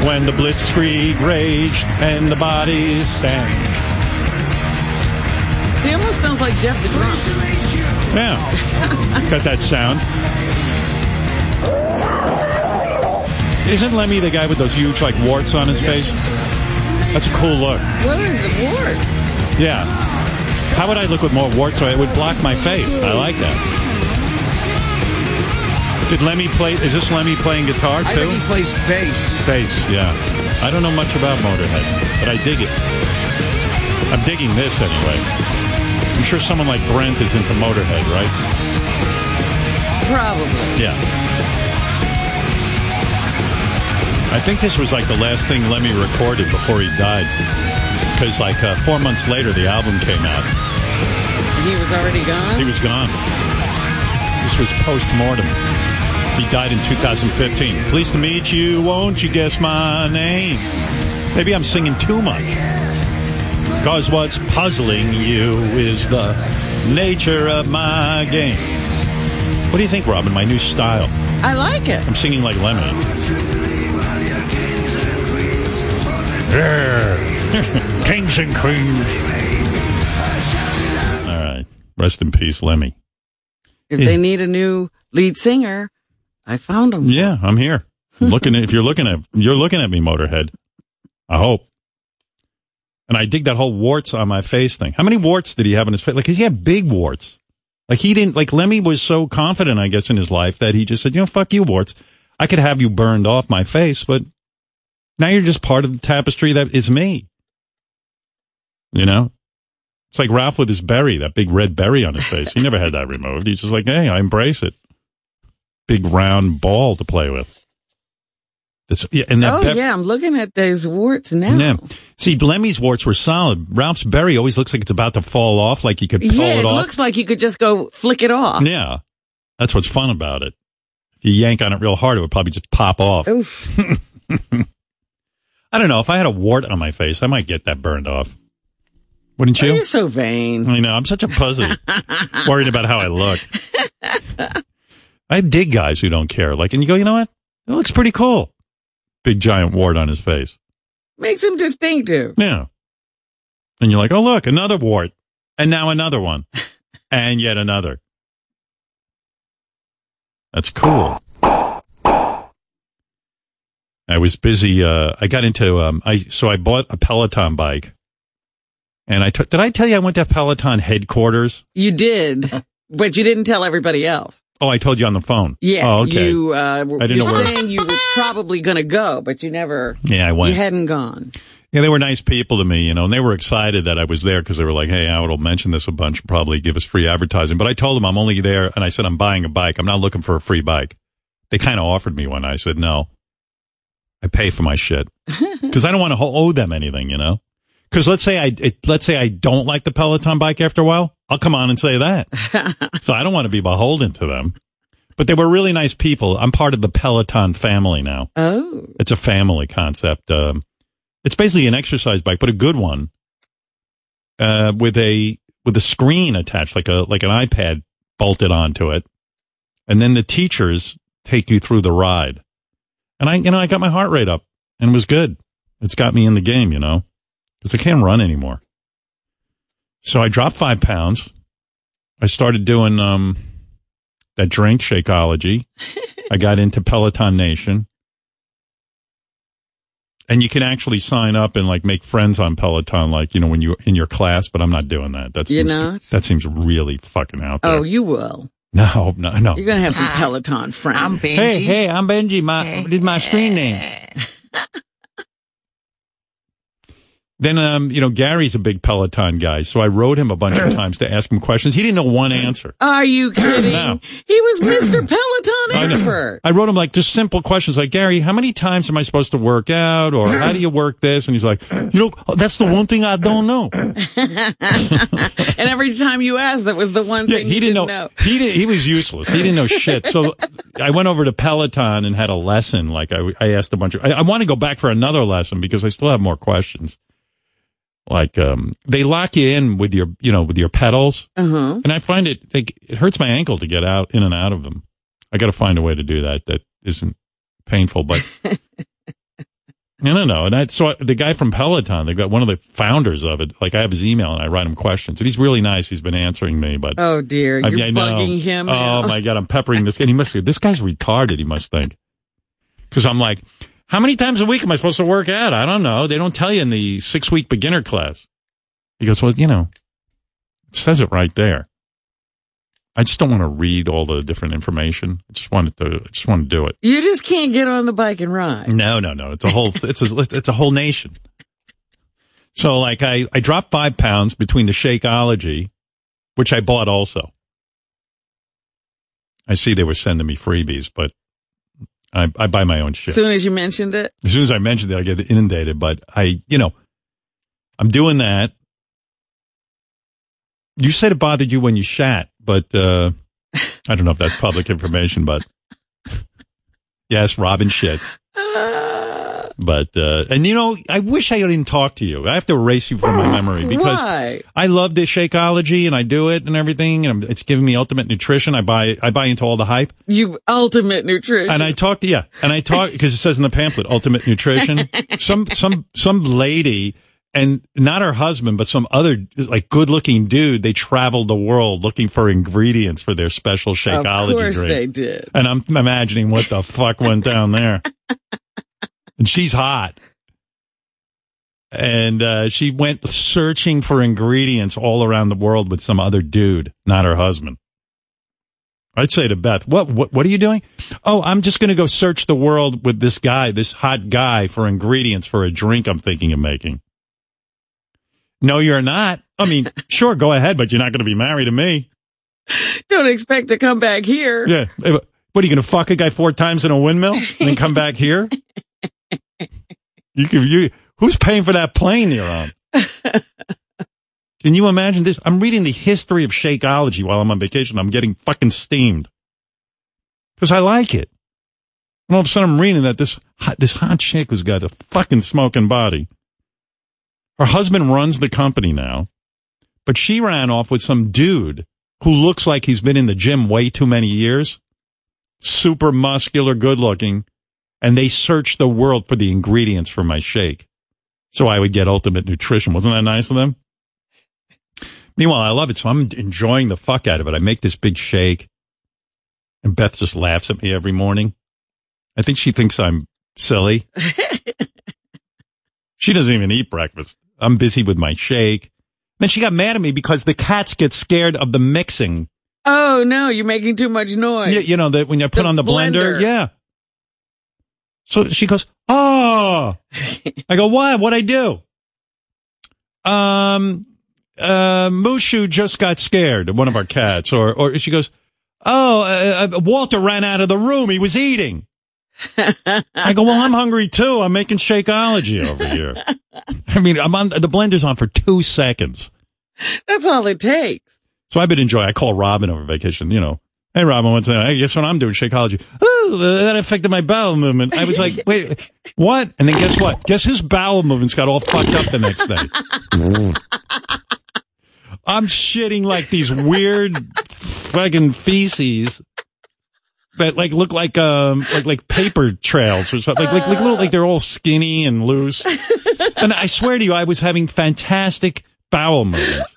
S1: when the blitzkrieg raged and the bodies stank.
S5: He almost sounds like Jeff the Drunk.
S1: Yeah, got that sound. Isn't Lemmy the guy with those huge like warts on his face? That's a cool look.
S5: What are the words?
S1: Yeah. How would I look with more warts? It would block my face. I like that. Did Lemmy play? Is this Lemmy playing guitar too?
S17: I think he plays bass.
S1: Bass, yeah. I don't know much about Motorhead, but I dig it. I'm digging this anyway. I'm sure someone like Brent is into Motorhead, right?
S5: Probably.
S1: Yeah. I think this was like the last thing Lemmy recorded before he died. Because like uh, four months later, the album came out.
S5: He was already gone.
S1: He was gone. This was post mortem. He died in 2015. Pleased to meet you. Won't you guess my name? Maybe I'm singing too much. Because what's puzzling you is the nature of my game. What do you think, Robin? My new style.
S5: I like it.
S1: I'm singing like Lemmy. Yeah. Kings and queens. All right. Rest in peace, Lemmy.
S5: If they need a new lead singer, I found him.
S1: Yeah, I'm here. I'm looking at, if you're looking at you're looking at me, Motorhead. I hope. And I dig that whole warts on my face thing. How many warts did he have on his face? Like he had big warts. Like he didn't like Lemmy was so confident, I guess, in his life that he just said, you know, fuck you, warts. I could have you burned off my face, but now you're just part of the tapestry that is me. You know? It's like Ralph with his berry, that big red berry on his face. He never had that removed. He's just like, hey, I embrace it. Big round ball to play with. It's, yeah, and that
S5: oh
S1: pep-
S5: yeah, I'm looking at those warts now.
S1: Yeah. See, Lemmy's warts were solid. Ralph's berry always looks like it's about to fall off, like you could pull
S5: Yeah,
S1: it
S5: it
S1: off.
S5: looks like you could just go flick it off.
S1: yeah. That's what's fun about it. If you yank on it real hard, it would probably just pop off. I don't know. If I had a wart on my face, I might get that burned off. Wouldn't you?
S5: Oh, You're so vain.
S1: I know. I'm such a pussy. worried about how I look. I dig guys who don't care. Like, and you go, you know what? It looks pretty cool. Big giant wart on his face.
S5: Makes him distinctive.
S1: Yeah. And you're like, oh, look, another wart. And now another one. and yet another. That's cool. I was busy. Uh, I got into, um, I, so I bought a Peloton bike. And I took, did I tell you I went to Peloton headquarters?
S5: You did, but you didn't tell everybody else.
S1: Oh, I told you on the phone.
S5: Yeah,
S1: Oh, okay.
S5: you uh, were
S1: I didn't
S5: you're
S1: know where-
S5: saying you were probably going to go, but you never.
S1: Yeah, I went.
S5: You hadn't gone.
S1: Yeah, they were nice people to me, you know, and they were excited that I was there because they were like, "Hey, Howard will mention this a bunch, probably give us free advertising." But I told them I'm only there, and I said I'm buying a bike. I'm not looking for a free bike. They kind of offered me one. I said no. I pay for my shit because I don't want to owe them anything, you know. Because let's say I it, let's say I don't like the Peloton bike after a while, I'll come on and say that. so I don't want to be beholden to them. But they were really nice people. I'm part of the Peloton family now.
S5: Oh,
S1: it's a family concept. Um, it's basically an exercise bike, but a good one, uh, with a with a screen attached, like a like an iPad bolted onto it, and then the teachers take you through the ride. And I, you know, I got my heart rate up and it was good. It's got me in the game, you know, because I can't run anymore. So I dropped five pounds. I started doing um that drink Shakeology. I got into Peloton Nation and you can actually sign up and like make friends on Peloton, like you know when you in your class. But I'm not doing that. That
S5: You're
S1: seems,
S5: not?
S1: That seems really fucking out there.
S5: Oh, you will.
S1: No, no, no.
S5: You're going to have some Peloton friends. I'm Benji.
S1: Hey, hey, I'm Benji. My this is my screen name. Then, um, you know, Gary's a big Peloton guy, so I wrote him a bunch of times to ask him questions. He didn't know one answer.
S5: Are you kidding?
S1: No.
S5: He was Mr. Peloton
S1: know.
S5: expert.
S1: I wrote him like just simple questions like, Gary, how many times am I supposed to work out or how do you work this? And he's like, you know, that's the one thing I don't know.
S5: and every time you asked, that was the one thing
S1: he
S5: you
S1: didn't
S5: didn't
S1: know. He didn't. He was useless. He didn't know shit. So I went over to Peloton and had a lesson. Like I, I asked a bunch of. I, I want to go back for another lesson because I still have more questions. Like um, they lock you in with your, you know, with your pedals,
S5: Uh-huh.
S1: and I find it like it hurts my ankle to get out in and out of them. I got to find a way to do that that isn't painful, but. I don't know. And I so I- the guy from Peloton, they got one of the founders of it. Like I have his email and I write him questions, and he's really nice. He's been answering me, but
S5: Oh dear,
S1: I
S5: you're
S1: mean, I know.
S5: bugging him.
S1: Oh
S5: now.
S1: my god, I'm peppering this, and he must. Think, this guy's retarded. He must think because I'm like, how many times a week am I supposed to work out? I don't know. They don't tell you in the six week beginner class. He goes, well, you know, it says it right there. I just don't want to read all the different information. I just wanted to. I just want to do it.
S5: You just can't get on the bike and ride.
S1: No, no, no. It's a whole. it's a. It's a whole nation. So like I, I dropped five pounds between the Shakeology, which I bought also. I see they were sending me freebies, but I, I buy my own shit.
S5: As soon as you mentioned it,
S1: As soon as I mentioned it, I get inundated, but I, you know, I'm doing that. You said it bothered you when you shat, but, uh, I don't know if that's public information, but yes, Robin shits. But, uh, and you know, I wish I didn't talk to you. I have to erase you from my memory because
S5: Why?
S1: I love this Shakeology and I do it and everything. And I'm- it's giving me ultimate nutrition. I buy, I buy into all the hype.
S5: you ultimate nutrition.
S1: And I talked, yeah, and I talked because it says in the pamphlet, Ultimate Nutrition. some some some lady and not her husband, but some other like good looking dude. They traveled the world looking for ingredients for their special shakeology
S5: of course
S1: drink.
S5: they did.
S1: And I'm imagining what the fuck went down there. And she's hot. And uh, she went searching for ingredients all around the world with some other dude, not her husband. I'd say to Beth, what what, what are you doing? Oh, I'm just going to go search the world with this guy, this hot guy, for ingredients for a drink I'm thinking of making. No, you're not. I mean, sure, go ahead, but you're not going to be married to me.
S5: Don't expect to come back here.
S1: Yeah. Hey, What what, are you going to fuck a guy four times in a windmill and then come back here? You can, you, who's paying for that plane you're on? Can you imagine this? I'm reading the history of Shakeology while I'm on vacation. I'm getting fucking steamed because I like it. And all of a sudden I'm reading that this, hot, this hot chick who's got a fucking smoking body. Her husband runs the company now, but she ran off with some dude who looks like he's been in the gym way too many years. Super muscular, good looking. And they searched the world for the ingredients for my shake. So I would get ultimate nutrition. Wasn't that nice of them? Meanwhile, I love it. So I'm enjoying the fuck out of it. I make this big shake and Beth just laughs at me every morning. I think she thinks I'm silly. she doesn't even eat breakfast. I'm busy with my shake. Then she got mad at me because the cats get scared of the mixing.
S5: Oh no, you're making too much noise.
S1: You, you know, that when you put
S5: The
S1: on the blender.
S5: blender.
S1: Yeah. So she goes, Oh, I go, what? What'd I do? Um, uh, Mushu just got scared, one of our cats, or, or she goes, Oh, uh, uh, Walter ran out of the room. He was eating. I go, well, I'm hungry too. I'm making shakeology over here. I mean, I'm on, the blender's on for two seconds.
S5: That's all it takes.
S1: So I've been enjoying. I call Robin over vacation. You know, hey Robin, what's that? Hey, guess what I'm doing? Shakeology. Oh, that affected my bowel movement. I was like, wait, what? And then guess what? Guess whose bowel movements got all fucked up the next day? I'm shitting like these weird fucking feces that like look like um like like paper trails or something like like, like little like they're all skinny and loose. And I swear to you, I was having fantastic bowel movements.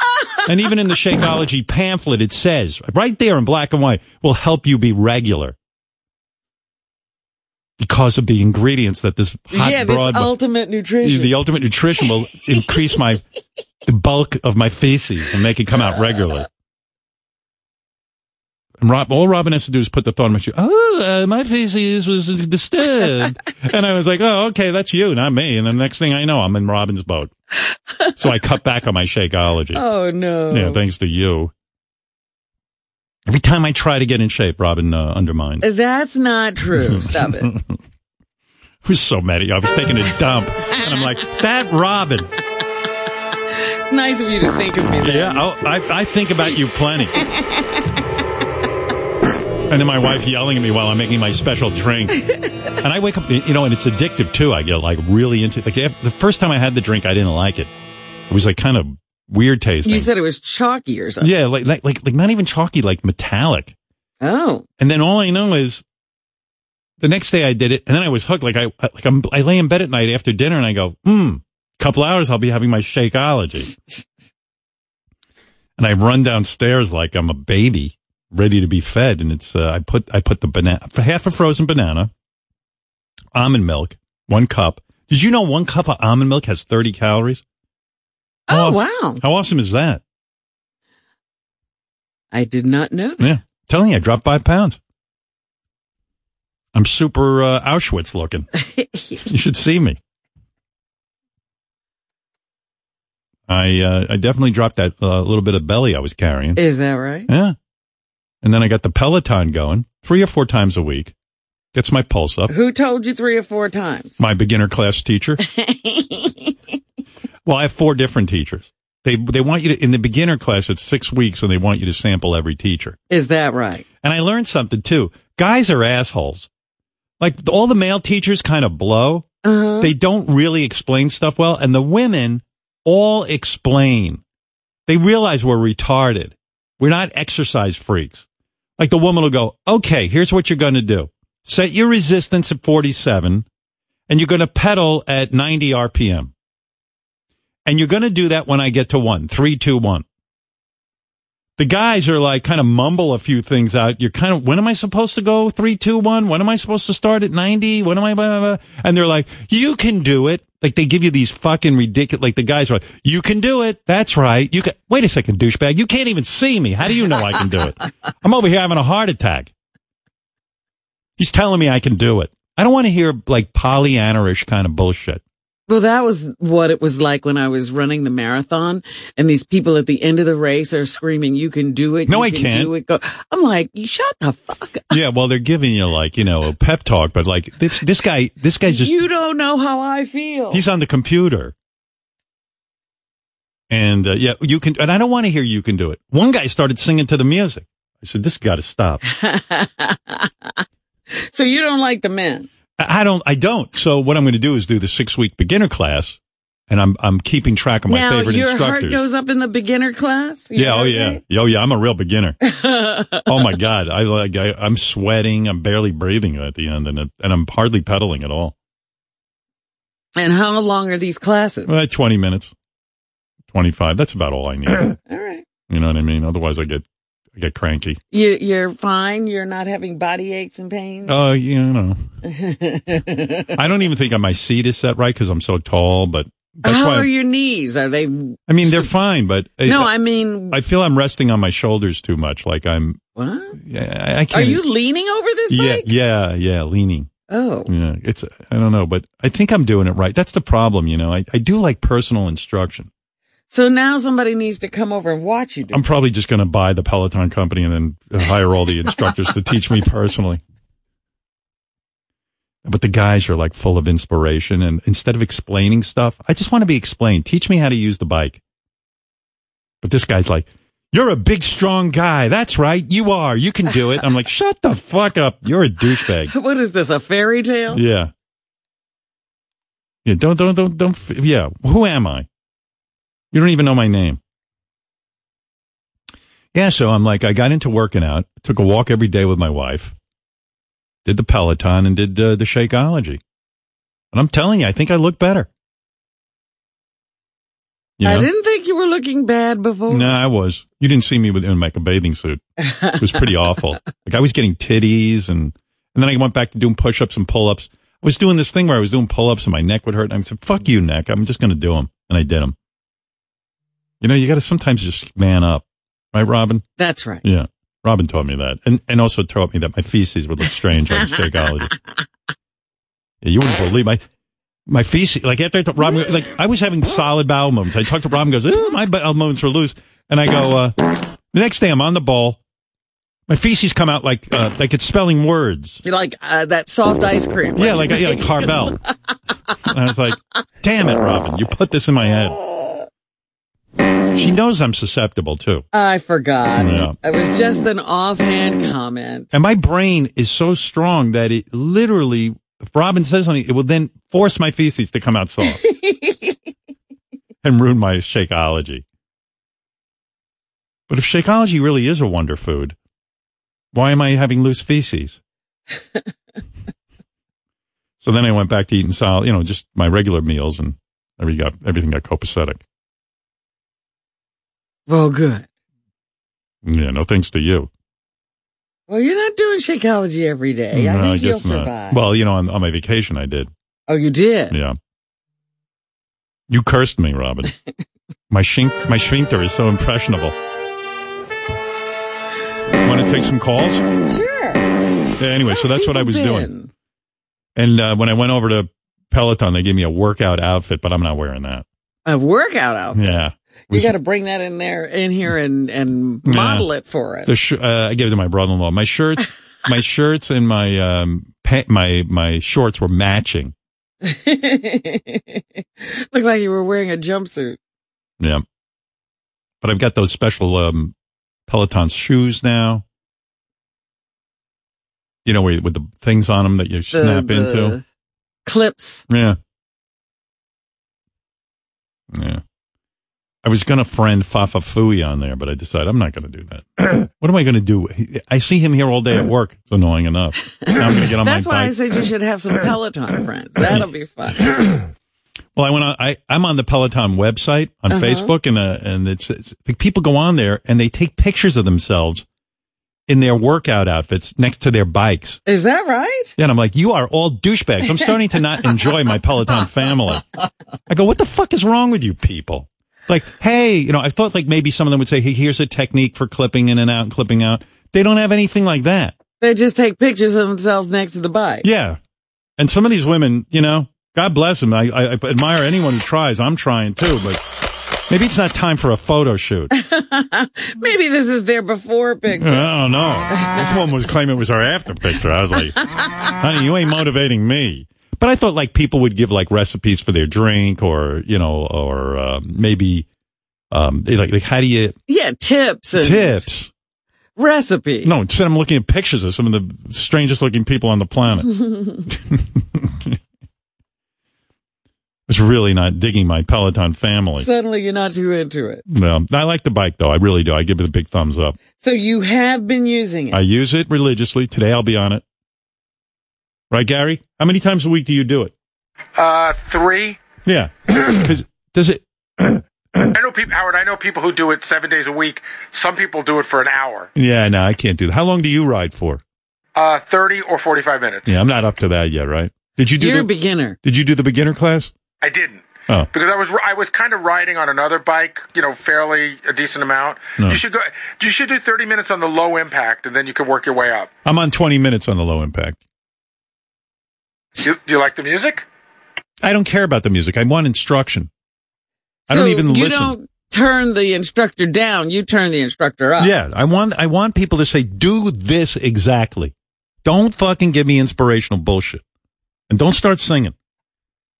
S1: And even in the Shakeology pamphlet, it says right there in black and white will help you be regular because of the ingredients that this hot
S5: yeah,
S1: broad
S5: this ultimate nutrition.
S1: the ultimate nutrition will increase my the bulk of my feces and make it come out regularly. And Rob, all Robin has to do is put the phone in my shoe. Oh, uh, my feces was disturbed, and I was like, "Oh, okay, that's you, not me." And the next thing I know, I'm in Robin's boat. So I cut back on my shakeology.
S5: oh no.
S1: Yeah, thanks to you. Every time I try to get in shape, Robin uh, undermines.
S5: That's not true. Stop it.
S1: I was so mad at you. I was taking a dump, and I'm like, "That Robin."
S5: Nice of you to think of me.
S1: Yeah, oh, I, I think about you plenty. and then my wife yelling at me while I'm making my special drink. and I wake up, you know, and it's addictive too. I get like really into like if- the first time I had the drink, I didn't like it. It was like kind of weird tasting.
S5: You said it was chalky or something.
S1: yeah, like, like like like not even chalky, like metallic.
S5: Oh.
S1: And then all I know is the next day I did it, and then I was hooked. Like I like I'm, I lay in bed at night after dinner, and I go, hmm, couple hours I'll be having my shakeology. and I run downstairs like I'm a baby ready to be fed, and it's uh, I put I put the banana half a frozen banana, almond milk, one cup. Did you know one cup of almond milk has 30 calories?
S5: Oh,
S1: wow. How awesome is that?
S5: I did not know.
S1: Yeah. Telling you, I dropped five pounds. I'm super uh, Auschwitz looking. you should see me. I uh, I definitely dropped that uh, little bit of belly I was carrying.
S5: Is that right?
S1: Yeah. And then I got the Peloton going three or four times a week. Gets my pulse up.
S5: Who told you three or four times?
S1: My beginner class teacher. well, I have four different teachers. They they want you to in the beginner class it's six weeks and they want you to sample every teacher.
S5: Is that right?
S1: And I learned something too. Guys are assholes. Like all the male teachers kind of blow.
S5: Uh-huh.
S1: They don't really explain stuff well. And the women all explain. They realize we're retarded. We're not exercise freaks. Like the woman will go, okay, here's what you're going to do. Set your resistance at 47 and you're going to pedal at 90 RPM. And you're going to do that when I get to one, three, two, one the guys are like kind of mumble a few things out. You're kind of, when am I supposed to go? Three, two, one. When am I supposed to start at 90? When am I, blah, blah, blah? And they're like, you can do it. Like they give you these fucking ridiculous, like the guys are like, you can do it. That's right. You can, wait a second, douchebag. You can't even see me. How do you know I can do it? I'm over here having a heart attack. He's telling me I can do it. I don't want to hear like Pollyannaish kind of bullshit.
S5: Well, that was what it was like when I was running the marathon and these people at the end of the race are screaming, you can do it.
S1: No,
S5: you
S1: I
S5: can
S1: can't."
S5: Do it. Go. I'm like, you shut the Ah, fuck.
S1: Yeah, well, they're giving you like you know a pep talk, but like this this guy this guy's just
S5: you don't know how I feel.
S1: he's on the computer, and uh, yeah, you can. And I don't want to hear you can do it. One guy started singing to the music. I said, "This got to stop."
S5: so you don't like the men.
S1: I I don't. I don't. So what I'm going to do is do the six week beginner class, and I'm I'm keeping track of my
S5: now
S1: favorite
S5: your heart
S1: instructors.
S5: goes up in the beginner class. You
S1: yeah.
S5: know
S1: Oh
S5: what
S1: yeah. Oh yeah. I'm a real beginner. oh my god. I like. I, I'm sweating. I'm barely breathing at the end, and it- and I'm hardly pedaling at all.
S5: And how long are these classes?
S1: Uh, 20 minutes, 25. That's about all I need. all right. You know what I mean? Otherwise I get, I get cranky.
S5: You, you're fine. You're not having body aches and pains.
S1: Oh, you know,
S5: how
S1: I don't even think my seat is set right because I'm so tall, but that's why.
S5: are your knees? Are they? No,
S1: I mean, they're fine, but eh,
S5: I mean,
S1: I feel I'm resting on my shoulders too much. Like I'm,
S5: what?
S1: yeah, I, I
S5: Are
S1: can't. e-
S5: you leaning over this
S1: yeah,
S5: bike?
S1: yeah, yeah, leaning.
S5: Oh,
S1: Yeah, it's, I don't know, but I think I'm doing it right. That's the problem, you know. I, I do like personal instruction.
S5: so now somebody needs to come over and watch you do.
S1: I'm probably just going to buy the Peloton company and then hire all the instructors to teach me personally. But the guys are like full of inspiration. And instead of explaining stuff, I just want to be explained. Teach me how to use the bike. But this guy's like, you're a big, strong guy. That's right. You are. You can do it. I'm like, shut the fuck up. You're a douchebag.
S5: What is this? A fairy tale?
S1: Yeah. Yeah. Don't, don't, don't, don't. f- Yeah. Who am I? You don't even know my name. Yeah. So I'm like, I got into working out, took a walk every day with my wife, did the Peloton and did uh, the Shakeology. And I'm telling you, I think I look better. You
S5: I
S1: know?
S5: didn't think you were looking bad before.
S1: No, I was. You didn't see me with in like a bathing suit. It was pretty awful. Like I was getting titties and and then I went back to doing push ups and pull ups. I was doing this thing where I was doing pull ups and my neck would hurt. And I said, "Fuck you, neck! I'm just going to do them." And I did them. You know, you got to sometimes just man up, right, Robin?
S5: That's right.
S1: Yeah, Robin taught me that, and and also taught me that my feces would look strange on Shakeology. Yeah, you wouldn't believe my my feces. Like after I told Robin, like I was having solid bowel movements. I talked to Robin, goes, "Ooh, my bowel movements were loose," and I go, uh, "The next day, I'm on the ball. My feces come out like uh, like it's spelling words.
S5: You're like uh, that soft ice cream.
S1: Yeah, like yeah, like Carvel." And I was like, "Damn it, Robin, you put this in my head." She knows I'm susceptible too.
S5: I forgot.
S1: Yeah.
S5: It was just an offhand comment.
S1: And my brain is so strong that it literally, if Robin says something, it will then force my feces to come out soft and ruin my Shakeology. But if Shakeology really is a wonder food, why am I having loose feces? so then I went back to eating solid, you know, just my regular meals and every got, everything got copacetic.
S5: Well, good.
S1: Yeah, no thanks to you.
S5: Well, you're not doing Shakeology every day. I
S1: No,
S5: think you'll
S1: guess not.
S5: survive.
S1: Well, you know, on, on my vacation I did.
S5: oh, you did?
S1: Yeah. You cursed me, Robin. my shink, my sphincter is so impressionable. Want to take some calls?
S5: Sure.
S1: Yeah, anyway, so that's what I was
S5: people
S1: doing. And uh, when I went over to Peloton, they gave me a workout outfit, but I'm not wearing that.
S5: A workout outfit.
S1: Yeah.
S5: You got to bring that in there, in here, and and model
S1: Yeah.
S5: it for us.
S1: The sh- uh, I gave it to my brother-in-law. My shirts, my shirts, and my um, pa- my my shorts were matching.
S5: Looked like you were wearing a jumpsuit.
S1: Yeah. But I've got those special um, Peloton shoes now. You know, where- with the things on them that you snap
S5: the
S1: into.
S5: Clips.
S1: Yeah. Yeah. I was going to friend Fafa Fui on there, but I decided I'm not going to do that. what am I going to do? I see him here all day at work. It's annoying enough. Now I'm going to get on
S5: That's
S1: my
S5: why I
S1: bike.
S5: said you should have some Peloton friends. That'll be fun.
S1: Well, I went on. I, I'm on the Peloton website on
S5: Uh-huh.
S1: Facebook, and uh, and it's, it's like people go on there and they take pictures of themselves in their workout outfits next to their bikes.
S5: Is that right?
S1: Yeah, and I'm like, you are all douchebags. I'm starting to not enjoy my Peloton family. I go, what the fuck is wrong with you people? Like, hey, you know, I thought like maybe some of them would say, hey, here's a technique for clipping in and out and clipping out. They don't have anything like that.
S5: They just take pictures of themselves next to the bike.
S1: Yeah. And some of these women, you know, God bless him. I, I, I admire anyone who tries. I'm trying too, but maybe it's not time for a photo shoot.
S5: Maybe this is their before picture.
S1: I don't know. This one was claiming it was her after picture. I was like, honey, you ain't motivating me. But I thought like people would give like recipes for their drink or, you know, or uh, maybe um, they like, like, how do you
S5: Yeah, tips and
S1: tips?
S5: recipe.
S1: No, instead I'm looking at pictures of some of the strangest looking people on the planet. Mm-hmm. It's really not digging my Peloton family.
S5: Suddenly you're not too into it.
S1: No, I like the bike though. I really do. I give it a big thumbs up.
S5: So you have been using it.
S1: I use it religiously. Today I'll be on it. Right, Gary? How many times a week do you do it?
S16: Uh, three.
S1: Yeah. 'Cause does it?
S16: I know people, Howard. I know people who do it seven days a week. Some people do it for an hour,
S1: Yeah, no, I can't do that. How long do you ride for?
S16: uh, thirty or forty-five minutes.
S1: Yeah, I'm not up to that yet, right? Did you do
S16: You're
S1: the
S16: a
S5: beginner?
S1: Did you do the beginner class?
S16: I didn't
S1: Oh,
S16: because I was I was kind of riding on another bike, you know, fairly a decent amount.
S1: No.
S16: You should go. You should do thirty minutes on the low impact, and then you can work your way up.
S1: I'm on 20 minutes on the low impact.
S16: Do, do you like the music?
S1: I don't care about the music. I want instruction. I don't
S5: So
S1: even
S5: you
S1: listen.
S5: don't turn the instructor down, you turn the instructor up.
S1: Yeah, I want I want people to say do this exactly. Don't fucking give me inspirational bullshit, and don't start singing.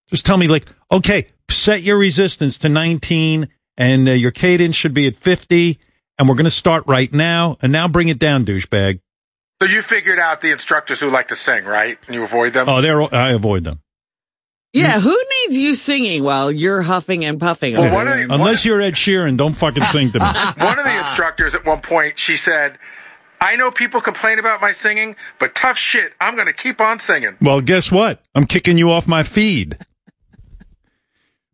S1: Just tell me like, okay, set your resistance to 19, and uh, your cadence should be at 50, and we're gonna start right now. And now bring it down, douchebag.
S16: So you figured out the instructors who like to sing, right? And you avoid them.
S1: Oh, they're all- I avoid them.
S5: Yeah, who needs you singing while you're huffing and puffing? over there?
S1: Unless you're Ed Sheeran, don't fucking sing to me.
S16: One of the instructors at one point, she said, "I know people complain about my singing, but tough shit. I'm going to keep on singing."
S1: Well, guess what? I'm kicking you off my feed.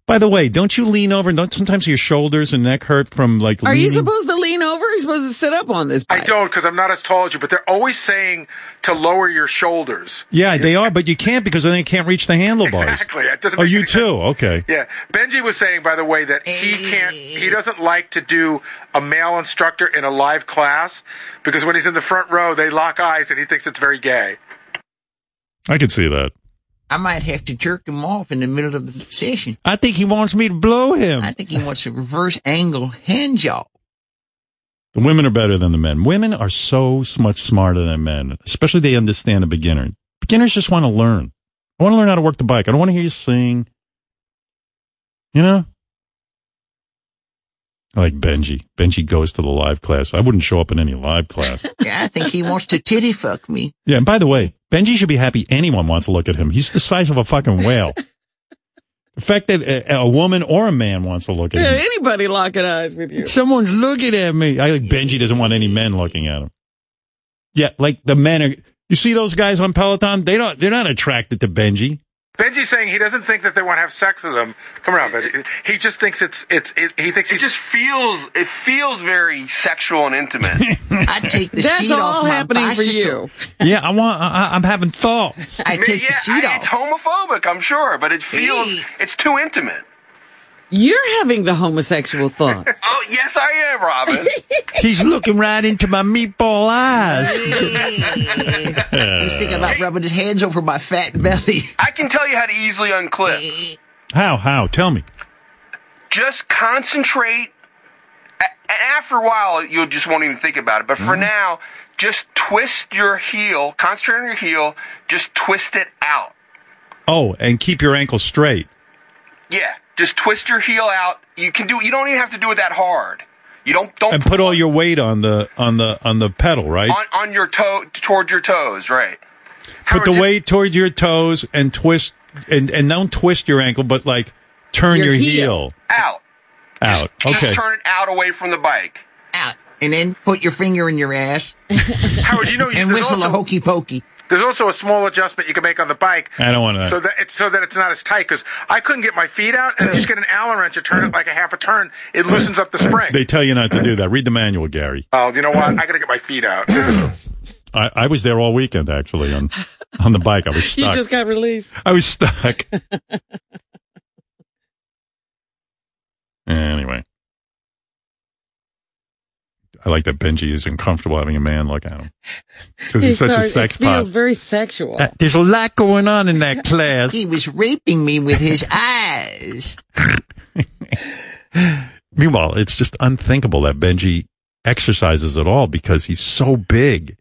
S1: By the way, don't you lean over and don't sometimes your shoulders and neck hurt from like
S5: Are
S1: leaning?
S5: you supposed to lean over? You're supposed to sit up on this.
S16: I don't because I'm not as tall as you, but they're always saying to lower your shoulders.
S1: Yeah, they are, but you can't because then you can't reach the handlebars.
S16: Exactly. It doesn't
S1: oh,
S16: make
S1: you
S16: any
S1: too. Okay.
S16: Yeah, Benji was saying, by the way, that he can't. He doesn't like to do a male instructor in a live class because when he's in the front row, they lock eyes and he thinks it's very gay.
S1: I can see that.
S17: I might have to jerk him off in the middle of the session.
S1: I think he wants me to blow him.
S17: I think he wants a reverse angle hand job.
S1: The women are better than the men. Women are so s- much smarter than men, especially they understand a beginner. Beginners just want to learn. I want to learn how to work the bike. I don't want to hear you sing. You know? I like Benji. Benji goes to the live class. I wouldn't show up in any live class.
S17: Yeah, I think he wants to titty fuck me.
S1: yeah, and by the way, Benji should be happy anyone wants to look at him. He's the size of a fucking whale. the fact that a, a woman or a man wants to look at
S5: Yeah,
S1: him.
S5: anybody locking eyes with you?
S1: Someone's looking at me. I like Benji doesn't want any men looking at him. Yeah, like the men are. You see those guys on Peloton? They don't. They're not attracted to Benji.
S16: Benji's saying he doesn't think that they want to have sex with him. Come around, Benji. He just thinks it's it's. It, he thinks
S18: It just feels it feels very sexual and intimate.
S17: I take the
S5: That's
S17: sheet
S5: all
S17: off my
S5: happening for
S17: bicycle.
S5: you.
S1: Yeah, I want. I, I- I'm having thoughts.
S17: I
S18: mean,
S17: take
S18: yeah,
S17: the sheet
S18: I-
S17: off.
S18: It's homophobic, I'm sure, but it feels it's too intimate.
S5: You're having the homosexual thought.
S18: Oh yes, I am, Robin.
S1: He's looking right into my meatball
S17: eyes.
S1: Uh,
S17: He's thinking about rubbing his hands over my fat belly.
S18: I can tell you how to easily unclip.
S1: How? How? Tell me.
S18: Just concentrate, a- and after a while, you just won't even think about it. But for now, just twist your heel. Concentrate on your heel. Just twist it out.
S1: Oh, and keep your ankles straight.
S18: Yeah, just twist your heel out. You can do. You don't even have to do it that hard. You don't don't
S1: And put all your weight on the on the on the pedal, right?
S18: on on your toe towards your toes, right?
S1: put the weight toward your toes and twist and and don't twist your ankle, but like turn your, heel,
S18: out.
S1: out. okay.
S18: Just turn it out away from the bike.
S17: Out. And then put your finger in your ass.
S16: Howard, you know,
S17: and
S16: there's
S17: whistle a
S16: also-
S17: hokey pokey.
S16: There's also a small adjustment you can make on the bike.
S1: I don't wanna-
S16: So that it's so that it's not as tight because I couldn't get my feet out and I just get an Allen wrench and turn it like a half a turn. It loosens up the spring.
S1: they tell you not to do that. Read the manual, Gary.
S16: Oh, you know what? I gotta get my feet out.
S1: I, I was there all weekend actually on on the bike. I was
S5: You
S1: stuck.
S5: just got released.
S1: I was stuck. anyway, I like that Benji is uncomfortable having a man look at him because he's such a sex
S5: It feels
S1: pot.
S5: very sexual.
S1: There's a lot going on in that class.
S17: He was raping me with his eyes.
S1: Meanwhile, it's just unthinkable that Benji exercises at all because he's so big.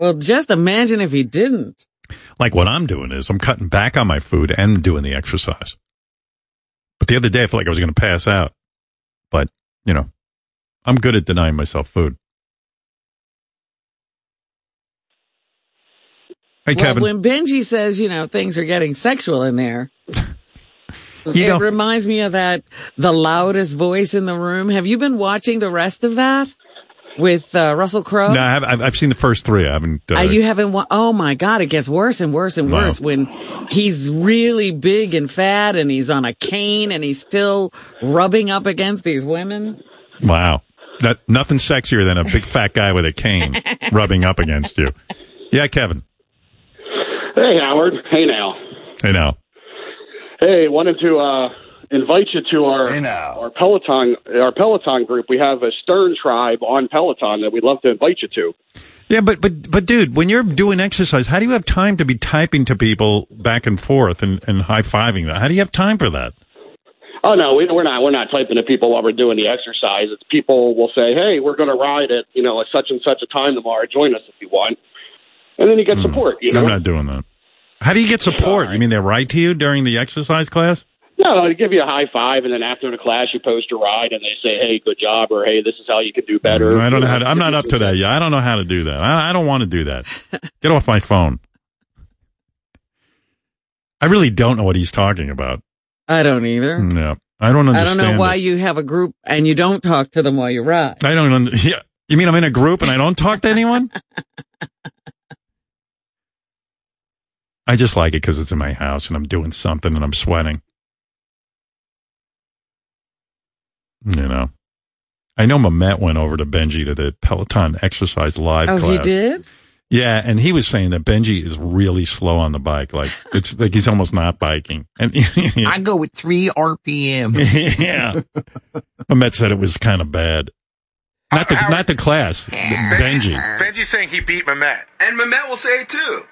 S5: Well, just imagine if he didn't.
S1: Like what I'm doing is I'm cutting back on my food and doing the exercise. But the other day I felt like I was going to pass out. But, you know, I'm good at denying myself food. Hey,
S5: well,
S1: Kevin.
S5: when Benji says, you know, things are getting sexual in there, it
S1: know-
S5: reminds me of that the loudest voice in the room. Have you been watching the rest of that with uh, Russell Crowe?
S1: No, I have, I've, I've seen the first three. I haven't. Uh,
S5: Uh, you haven't. Wa- oh my God! It gets worse and worse and
S1: Wow.
S5: worse when he's really big and fat, and he's on a cane, and he's still rubbing up against these women.
S1: Wow. That, nothing sexier than a big fat guy with a cane rubbing up against you. Yeah, Kevin.
S19: Hey, Howard. Hey, now.
S1: Hey, now.
S19: Hey, wanted to uh, invite you to our our Peloton our Peloton group. We have a Stern Tribe on Peloton that we'd love to invite you to.
S1: Yeah, but but but dude, when you're doing exercise, how do you have time to be typing to people back and forth and, and high fiving that? How do you have time for that?
S19: Oh no, we, we're not. We're not typing to people while we're doing the exercise. It's people will say, "Hey, we're going to ride at you know at such and such a time tomorrow. Join us if you want." And then you get
S1: Hmm.
S19: support. You know,
S1: I'm not doing that. How do you get support? You mean they write to you during the exercise class?
S19: no, they give you a high five, and then after the class, you post a ride, and they say, "Hey, good job," or "Hey, this is how you can do better."
S1: I don't know how. To, I'm not up to that yet. I don't know how to do that. I, I don't want to do that. Get off my phone. I really don't know what he's talking about.
S5: I don't either.
S1: No, I don't
S5: I
S1: understand.
S5: don't know why
S1: it.
S5: you have a group and you don't talk to them while you ride.
S1: I don't. un- Yeah, you mean I'm in a group and I don't talk to anyone? I just like it because it's in my house and I'm doing something and I'm sweating. You know, I know Mamet went over to Benji to the Peloton exercise live.
S5: oh,
S1: class.
S5: he did.
S1: Yeah, and he was saying that Benji is really slow on the bike. Like it's like he's almost not biking. And
S17: I go with three RPM.
S1: yeah, Mamet said it was kind of bad. Not the not the class, Benji.
S16: Benji's saying he beat Mamet.
S18: And Mamet will say it too.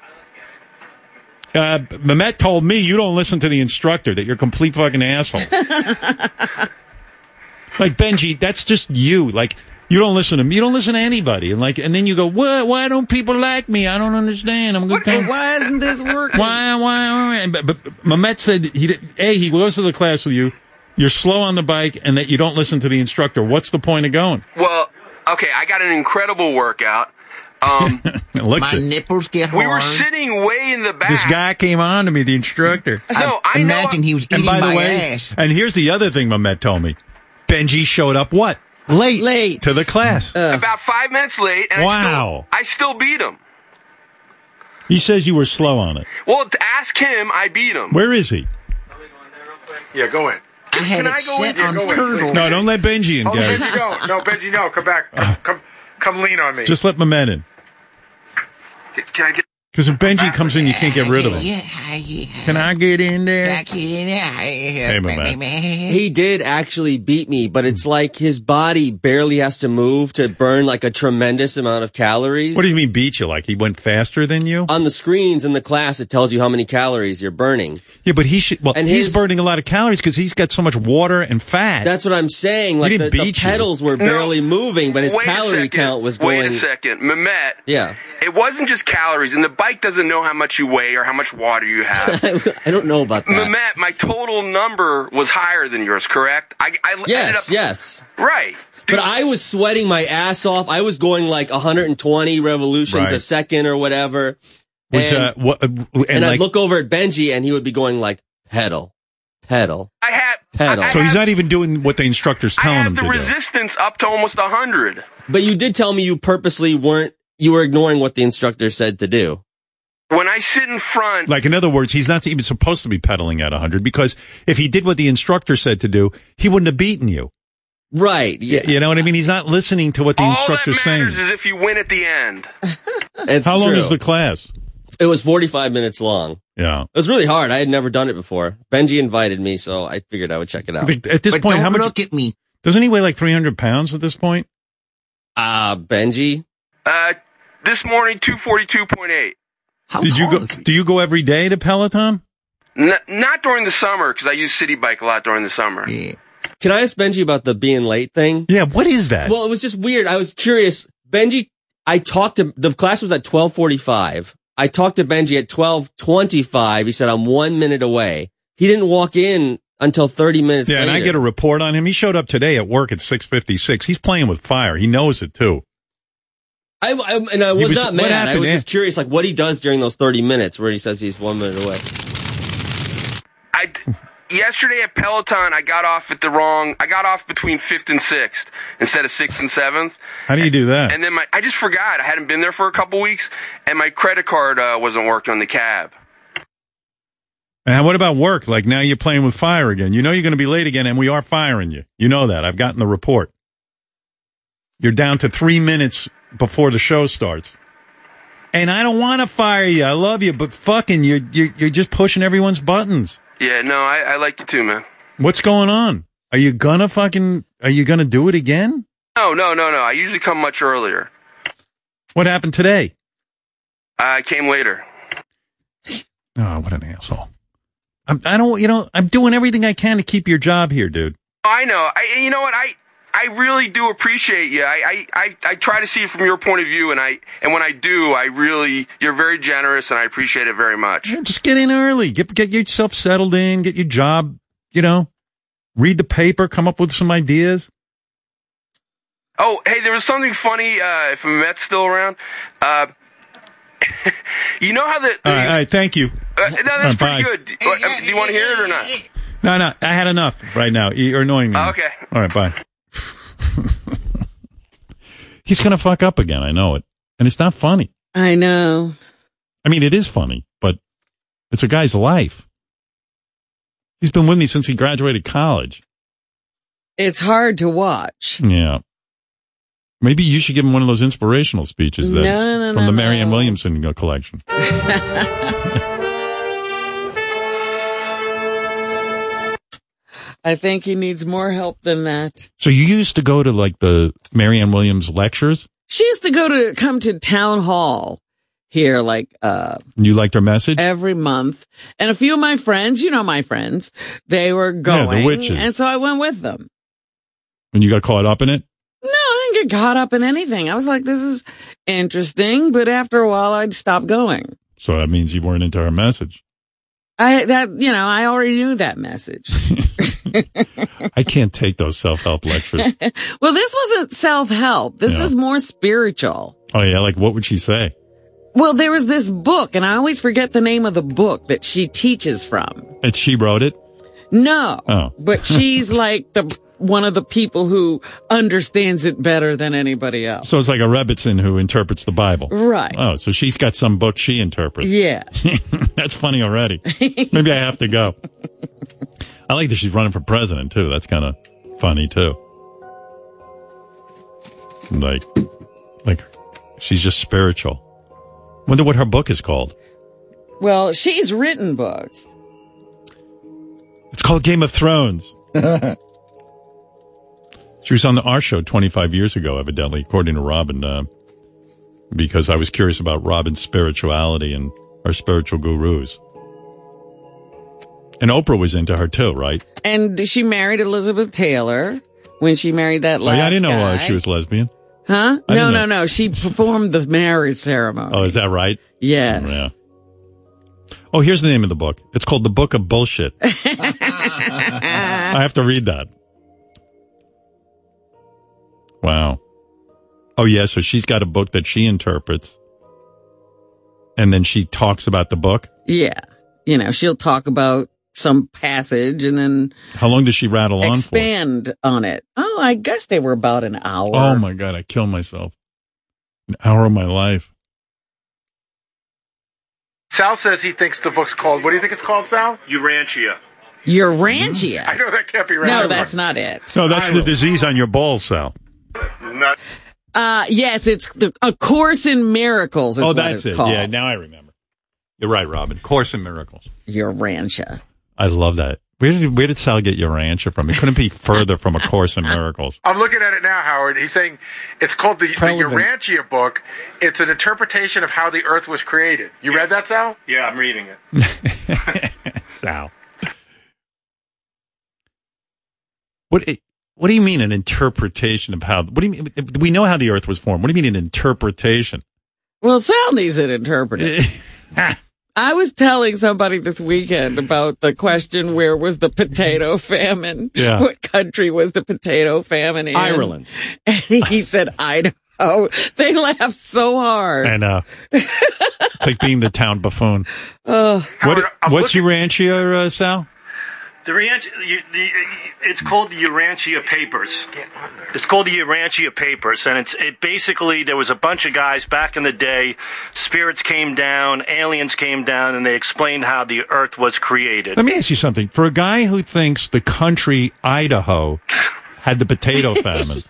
S1: Uh, Mehmet told me you don't listen to the instructor, that you're a complete fucking asshole. like, Benji, that's just you. Like, you don't listen to me. You don't listen to anybody. And like, and then you go, what? Why don't people like me? I don't understand. I'm going to
S5: Why isn't this working?
S1: Why, why, why? But, but Mehmet said he did, A, he goes to the class with you. You're slow on the bike and that you don't listen to the instructor. What's the point of going?
S18: Well, okay, I got an incredible workout. Um,
S1: Looks it.
S17: nipples get
S18: we were sitting way in the back.
S20: This guy came on to me, the instructor.
S18: No, I know- Imagine he was
S20: and
S18: eating
S20: by the
S18: my
S20: way,
S18: ass.
S1: And here's the other thing Mehmet told me. Benji showed up what? Late. Late. To the class.
S18: about five minutes late, and
S1: Wow.
S18: I, still, I still beat him.
S1: He says you were slow on it.
S18: Well, to ask him, I beat him.
S1: Where is he?
S16: Yeah, go in.
S18: I had
S16: Can I go in? Yeah, go in. please.
S1: No, don't let Benji in,
S16: Oh,
S1: Gary.
S16: Benji, go. No, Benji, no. Come back. Come, come, come lean on me.
S1: Just let Mehmet in.
S18: Can I get?
S1: Because if Benji comes in, you can't get rid of him. Can I get in there?
S21: Hey,
S1: man.
S20: He did actually beat me, but it's like his body barely has to move to burn like a tremendous amount of calories. What
S1: do you mean beat you? Like he went faster than you?
S20: On the screens in the class, it tells you how many calories you're burning.
S1: Yeah, but he should. Well,
S20: And
S1: he's
S20: his-
S1: burning a lot of calories because he's got so much water and fat.
S20: That's what I'm saying. Like the,
S1: didn't
S20: the
S1: beat you.
S20: pedals were
S1: No.
S20: barely moving, but his
S18: Wait a
S20: calorie
S18: second.
S20: count was
S18: Wait
S20: going.
S18: a second, Mehmet.
S20: Yeah.
S18: It wasn't just calories, and the bike doesn't know how much you weigh or how much water you have.
S20: I don't know about that.
S18: Mehmet, my total number was higher than yours, correct? I, I ended up
S20: Yes, yes.
S18: right.
S20: But I was sweating my ass off. I was going like 120 revolutions
S1: Right.
S20: a second or whatever.
S1: Which,
S20: and
S1: uh, what, uh, and,
S20: and
S1: like-
S20: I'd look over at Benji and he would be going like pedal, pedal,
S18: I had
S20: pedal.
S1: so he's not even doing what the instructor's telling him
S18: the
S1: to do.
S18: resistance up to almost hundred.
S20: But you did tell me you purposely weren't. You were ignoring what the instructor said to do.
S18: When I sit in front,
S1: Like, in other words, he's not even supposed to be pedaling at 100 because if he did what the instructor said to do, he wouldn't have beaten you.
S20: Right. Yeah.
S1: You know what I mean? He's not listening to what the instructor's saying.
S18: is if you win at the end.
S20: It's
S1: How long
S20: true.
S1: is the class?
S20: It was 45 minutes long.
S1: Yeah.
S20: It was really hard. I had never done it before. Benji invited me, so I figured I would check it out.
S1: At this point, how much?
S20: at me.
S1: Doesn't he weigh like 300 pounds at this point?
S20: Ah, Benji.
S18: Uh, this morning, 242.8.
S1: Did you go? Do you go every day to Peloton?
S18: N- not during the summer, because I use City Bike a lot during the summer.
S20: Can I ask Benji about the being late thing?
S1: Yeah, what is that?
S20: Well, it was just weird. I was curious. Benji, I talked to the class was at twelve forty five. I talked to Benji at twelve twenty five. He said I'm one minute away. He didn't walk in until thirty minutes.
S1: Yeah, and I
S20: later.
S1: get a report on him. He showed up today at work at six fifty six. He's playing with fire. He knows it too.
S20: I, I and I
S1: He
S20: was,
S1: was-
S20: not
S1: what
S20: mad. I
S1: happened,
S20: was
S1: yeah?
S20: just curious, like what he does during those thirty minutes where he says he's one minute away.
S18: Yesterday at Peloton, I got off at the wrong. I got off between fifth and sixth instead of sixth and seventh.
S1: How do you do that?
S18: And then my, I just forgot. I hadn't been there for a couple weeks, and my credit card uh, wasn't working on the cab.
S1: And what about work? Like now you're playing with fire again. You know you're going to be late again, and we are firing you. You know that. I've gotten the report. You're down to three minutes before the show starts. And I don't want to fire you. I love you, but fucking, you're you're, you're just pushing everyone's buttons.
S18: Yeah, no, I, I like you too, man.
S1: What's going on? Are you gonna fucking? Are you gonna do it again?
S18: No, no, no, no. I usually come much earlier.
S1: What happened today?
S18: I came later.
S1: Oh, what an asshole! I'm, I don't. You know, I'm doing everything I can to keep your job here, dude.
S18: Oh, I know. I, and you know what? I I really do appreciate you. I, I, I, I try to see it from your point of view, and I and when I do, I really you're very generous, and I appreciate it very much.
S1: Yeah, just get in early. Get get yourself settled in. Get your job. You know, read the paper. Come up with some ideas.
S18: Oh, hey, there was something funny. Uh, if Matt's still around, uh, you know how the
S1: All right, all right, thank you.
S18: uh, no,
S1: All
S18: that's
S1: right, bye.
S18: pretty good. Uh, Do you want to hear it or not?
S1: No, no, I had enough right now. You're annoying me.
S18: Okay.
S1: All right, bye. He's gonna fuck up again. I know it, and it's not funny.
S5: I know.
S1: I mean, it is funny, but it's a guy's life. He's been with me since he graduated college.
S5: It's hard to watch.
S1: Yeah. Maybe you should give him one of those inspirational speeches that
S5: No, no,
S1: from
S5: no,
S1: the
S5: no.
S1: Marianne Williamson collection.
S5: I think he needs more help than that.
S1: So you used to go to like the Marianne Williams lectures
S5: She used to go to come to town hall here like uh
S1: and you liked her message?
S5: every month. And a few of my friends, you know my friends, they were
S1: Yeah, the
S5: going
S1: witches.
S5: and so I went with them.
S1: And you got caught up in it?
S5: No, I didn't get caught up in anything. I was like this is interesting, but after a while I'd stop going.
S1: So that means you weren't into her message.
S5: I that you know, I already knew that message.
S1: I can't take those self-help lectures.
S5: well, this wasn't self-help. This
S1: Yeah.
S5: is more spiritual.
S1: oh yeah. Like what would she say?
S5: Well, there was this book, and I always forget the name of the book that she teaches from.
S1: And she wrote it.
S5: No,
S1: Oh.
S5: but she's like the one of the people who understands it better than anybody else.
S1: So it's like a Rebbitzin who interprets the Bible.
S5: Right.
S1: Oh, so she's got some book she interprets.
S5: Yeah.
S1: That's funny already. Maybe I have to go. I like that she's running for president too. That's kind of funny too. Like, like she's just spiritual. Wonder what her book is called.
S5: Well, she's written books.
S1: It's called Game of Thrones. she was on the our show 25 years ago, evidently, according to Robin, uh, because I was curious about Robin's spirituality and her spiritual gurus. And Oprah was into her too, right?
S5: And she married Elizabeth Taylor when she married that
S1: Oh,
S5: last
S1: yeah, I didn't know uh,
S5: guy.
S1: she was lesbian.
S5: Huh?
S1: I
S5: No,
S1: didn't
S5: no, no. She performed the marriage ceremony.
S1: Oh, is that right?
S5: Yes.
S1: Yeah. Oh, here's the name of the book. It's called The Book of Bullshit.
S5: Ah.
S1: I have to read that. Wow. Oh, yeah. So she's got a book that she interprets. And then she talks about the book.
S5: Yeah. You know, she'll talk about some passage and then
S1: How long does she rattle on for?
S5: expand on it. Oh, I guess they were about an hour.
S1: Oh, my God. I killed myself. An hour of my life.
S16: Sal says he thinks the book's called. What do you think it's called, Sal? Urantia.
S5: Urantia.
S16: I know that can't be right.
S5: No, that's not it.
S1: No, that's the disease on your balls, Sal.
S16: Not-
S5: Uh, yes, it's the, A Course in Miracles. Is
S1: Oh,
S5: what
S1: that's
S5: it's
S1: it.
S5: Called.
S1: Yeah, now I remember. You're right, Robin. Course in Miracles.
S5: Urantia.
S1: I love that Where did where did Sal get your answer from? It couldn't be further from a course in miracles.
S16: I'm looking at it now, Howard. He's saying it's called the, the
S1: Relevant.
S16: Urantia book. It's an interpretation of how the Earth was created. You read that, Sal?
S21: Yeah, I'm reading it.
S1: Sal. What i- what do you mean an interpretation of how? What do you mean? We know how the Earth was formed. What do you mean an interpretation?
S5: Well, Sal needs an interpreter. I was telling somebody this weekend about the question where was the potato famine?
S8: Yeah.
S5: What country was the potato famine in?
S1: Ireland.
S5: And he said Idaho. They laughed so hard.
S1: And uh, it's like being the town buffoon.
S5: Ugh.
S1: What, what's Urantia, uh, Sal?
S21: The Urantia, you- the, it's called the Urantia Papers. It's called the Urantia Papers, and it's it basically there was a bunch of guys back in the day. Spirits came down, aliens came down, and they explained how the Earth was created.
S1: Let me ask you something. For a guy who thinks the country Idaho had the potato famine,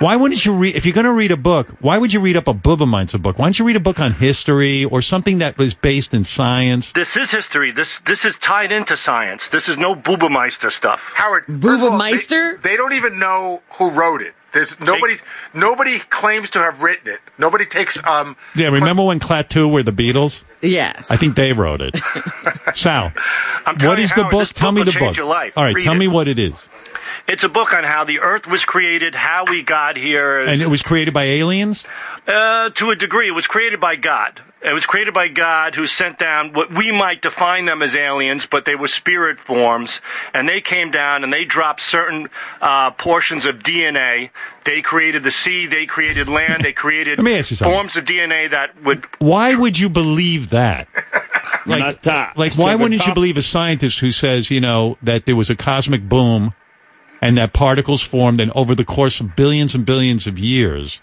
S1: why wouldn't you read? If you're going to read a book, why would you read up a Bubameinzer book? Why don't you read a book on history or something that was based in science?
S21: This is history. This this is tied into science. This is no Bubameister stuff.
S16: Howard, Meister? They, they don't even know who wrote it. There's nobody's nobody claims to have written it. Nobody takes um
S1: Yeah, remember when Klaatu were the Beatles?
S5: Yes.
S1: I think they wrote it. Sal, what
S21: telling
S1: is
S21: you,
S1: the
S21: Howard,
S1: book?
S21: this
S1: Tell
S21: book
S1: me
S21: will
S1: the
S21: change
S1: book.
S21: your life.
S1: All right,
S21: Read
S1: tell
S21: it.
S1: me what it is.
S21: It's a book on how the Earth was created, how we got here,
S1: And it was created by aliens?
S21: Uh, to a degree, it was created by God. It was created by God, who sent down what we might define them as aliens, but they were spirit forms, and they came down and they dropped certain uh, portions of DNA. They created the sea, they created land, they created
S1: Let me ask you something.
S21: forms of DNA that would.
S1: Why would you believe that? Like, like why wouldn't you believe a scientist who says, you know, that there was a cosmic boom and that particles formed and over the course of billions and billions of years,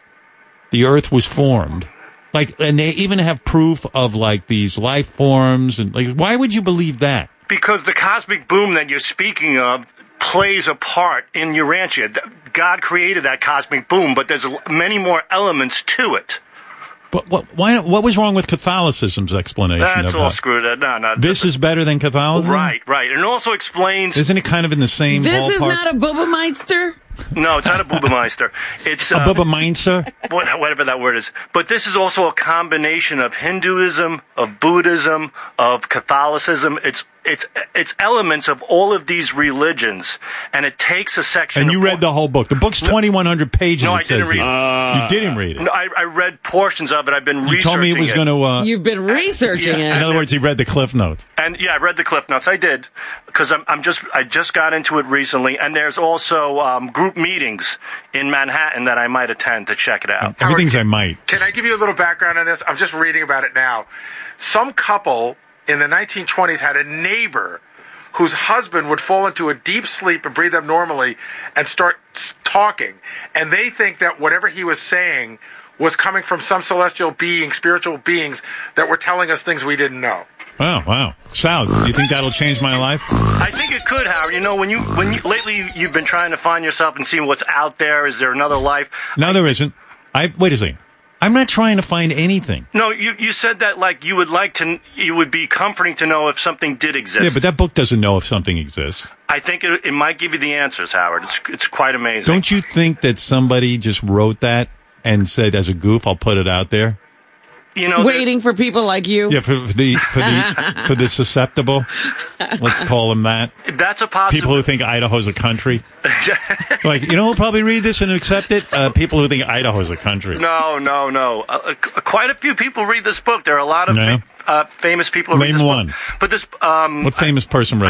S1: the earth was formed? Like, and they even have proof of like these life forms and like, why would you believe that?
S21: Because the cosmic boom that you're speaking of plays a part in Urantia. Th- God created that cosmic boom, but there's l- many more elements to it.
S1: But what, why, what was wrong with Catholicism's explanation?
S21: That's
S1: of
S21: all
S1: that?
S21: screwed up. No, no.
S1: This is better than Catholicism?
S21: Right, right. And it also explains.
S1: Isn't it kind of in the same
S5: This
S1: ballpark?
S5: is not a Bubameister.
S21: No, it's not a Bubameister. It's uh,
S1: a Bubameinzer?
S21: what- whatever that word is. But this is also a combination of Hinduism, of Buddhism, of Catholicism. It's it's it's elements of all of these religions, and it takes a section.
S1: And
S21: of
S1: you read the whole book. The book's 2,100 pages.
S21: No,
S1: it
S21: I didn't
S1: says
S21: read.
S1: here.
S21: it.
S1: you didn't read it.
S21: No, I, I read portions of it. I've been
S1: You
S21: researching
S1: told me it was going to. Uh,
S5: You've been researching
S1: In
S21: Yeah.
S5: it.
S1: other words, he read the Cliff Notes.
S21: And yeah, I read the Cliff Notes. I did because I'm, I'm just I just got into it recently, and there's also um, group meetings in Manhattan that I might attend to check it out.
S1: Everything's I might.
S16: Can I give you a little background on this? I'm just reading about it now. Some couple in the 1920s had a neighbor whose husband would fall into a deep sleep and breathe abnormally and start s- talking. And they think that whatever he was saying was coming from some celestial being, spiritual beings that were telling us things we didn't know.
S1: Wow, wow. Sal, do you think that'll change my life?
S21: I think it could, Howard. You know, when you when you, lately you, you've been trying to find yourself and seeing what's out there. Is there another life?
S1: No, there isn't. I Wait a second. I'm not trying to find anything.
S21: No, you you said that like you would like to. It would be comforting to know if something did exist.
S1: Yeah, but that book doesn't know if something exists.
S21: I think it, it might give you the answers, Howard. It's it's quite amazing.
S1: Don't you think that somebody just wrote that and said, as a goof, I'll put it out there?
S21: you know,
S5: waiting for people like you.
S1: Yeah, for, for the for the for the susceptible, let's call them that.
S21: That's a possible.
S1: People who think Idaho's a country, like you know, who'll probably read this and accept it. Uh, people who think Idaho's a country.
S21: No, no, no. Uh, uh, qu- quite a few people read this book. There are a lot of
S1: No.
S21: fa- uh, famous people who read
S1: Name
S21: this
S1: one.
S21: book. But this, um,
S1: What famous person
S21: I,
S1: read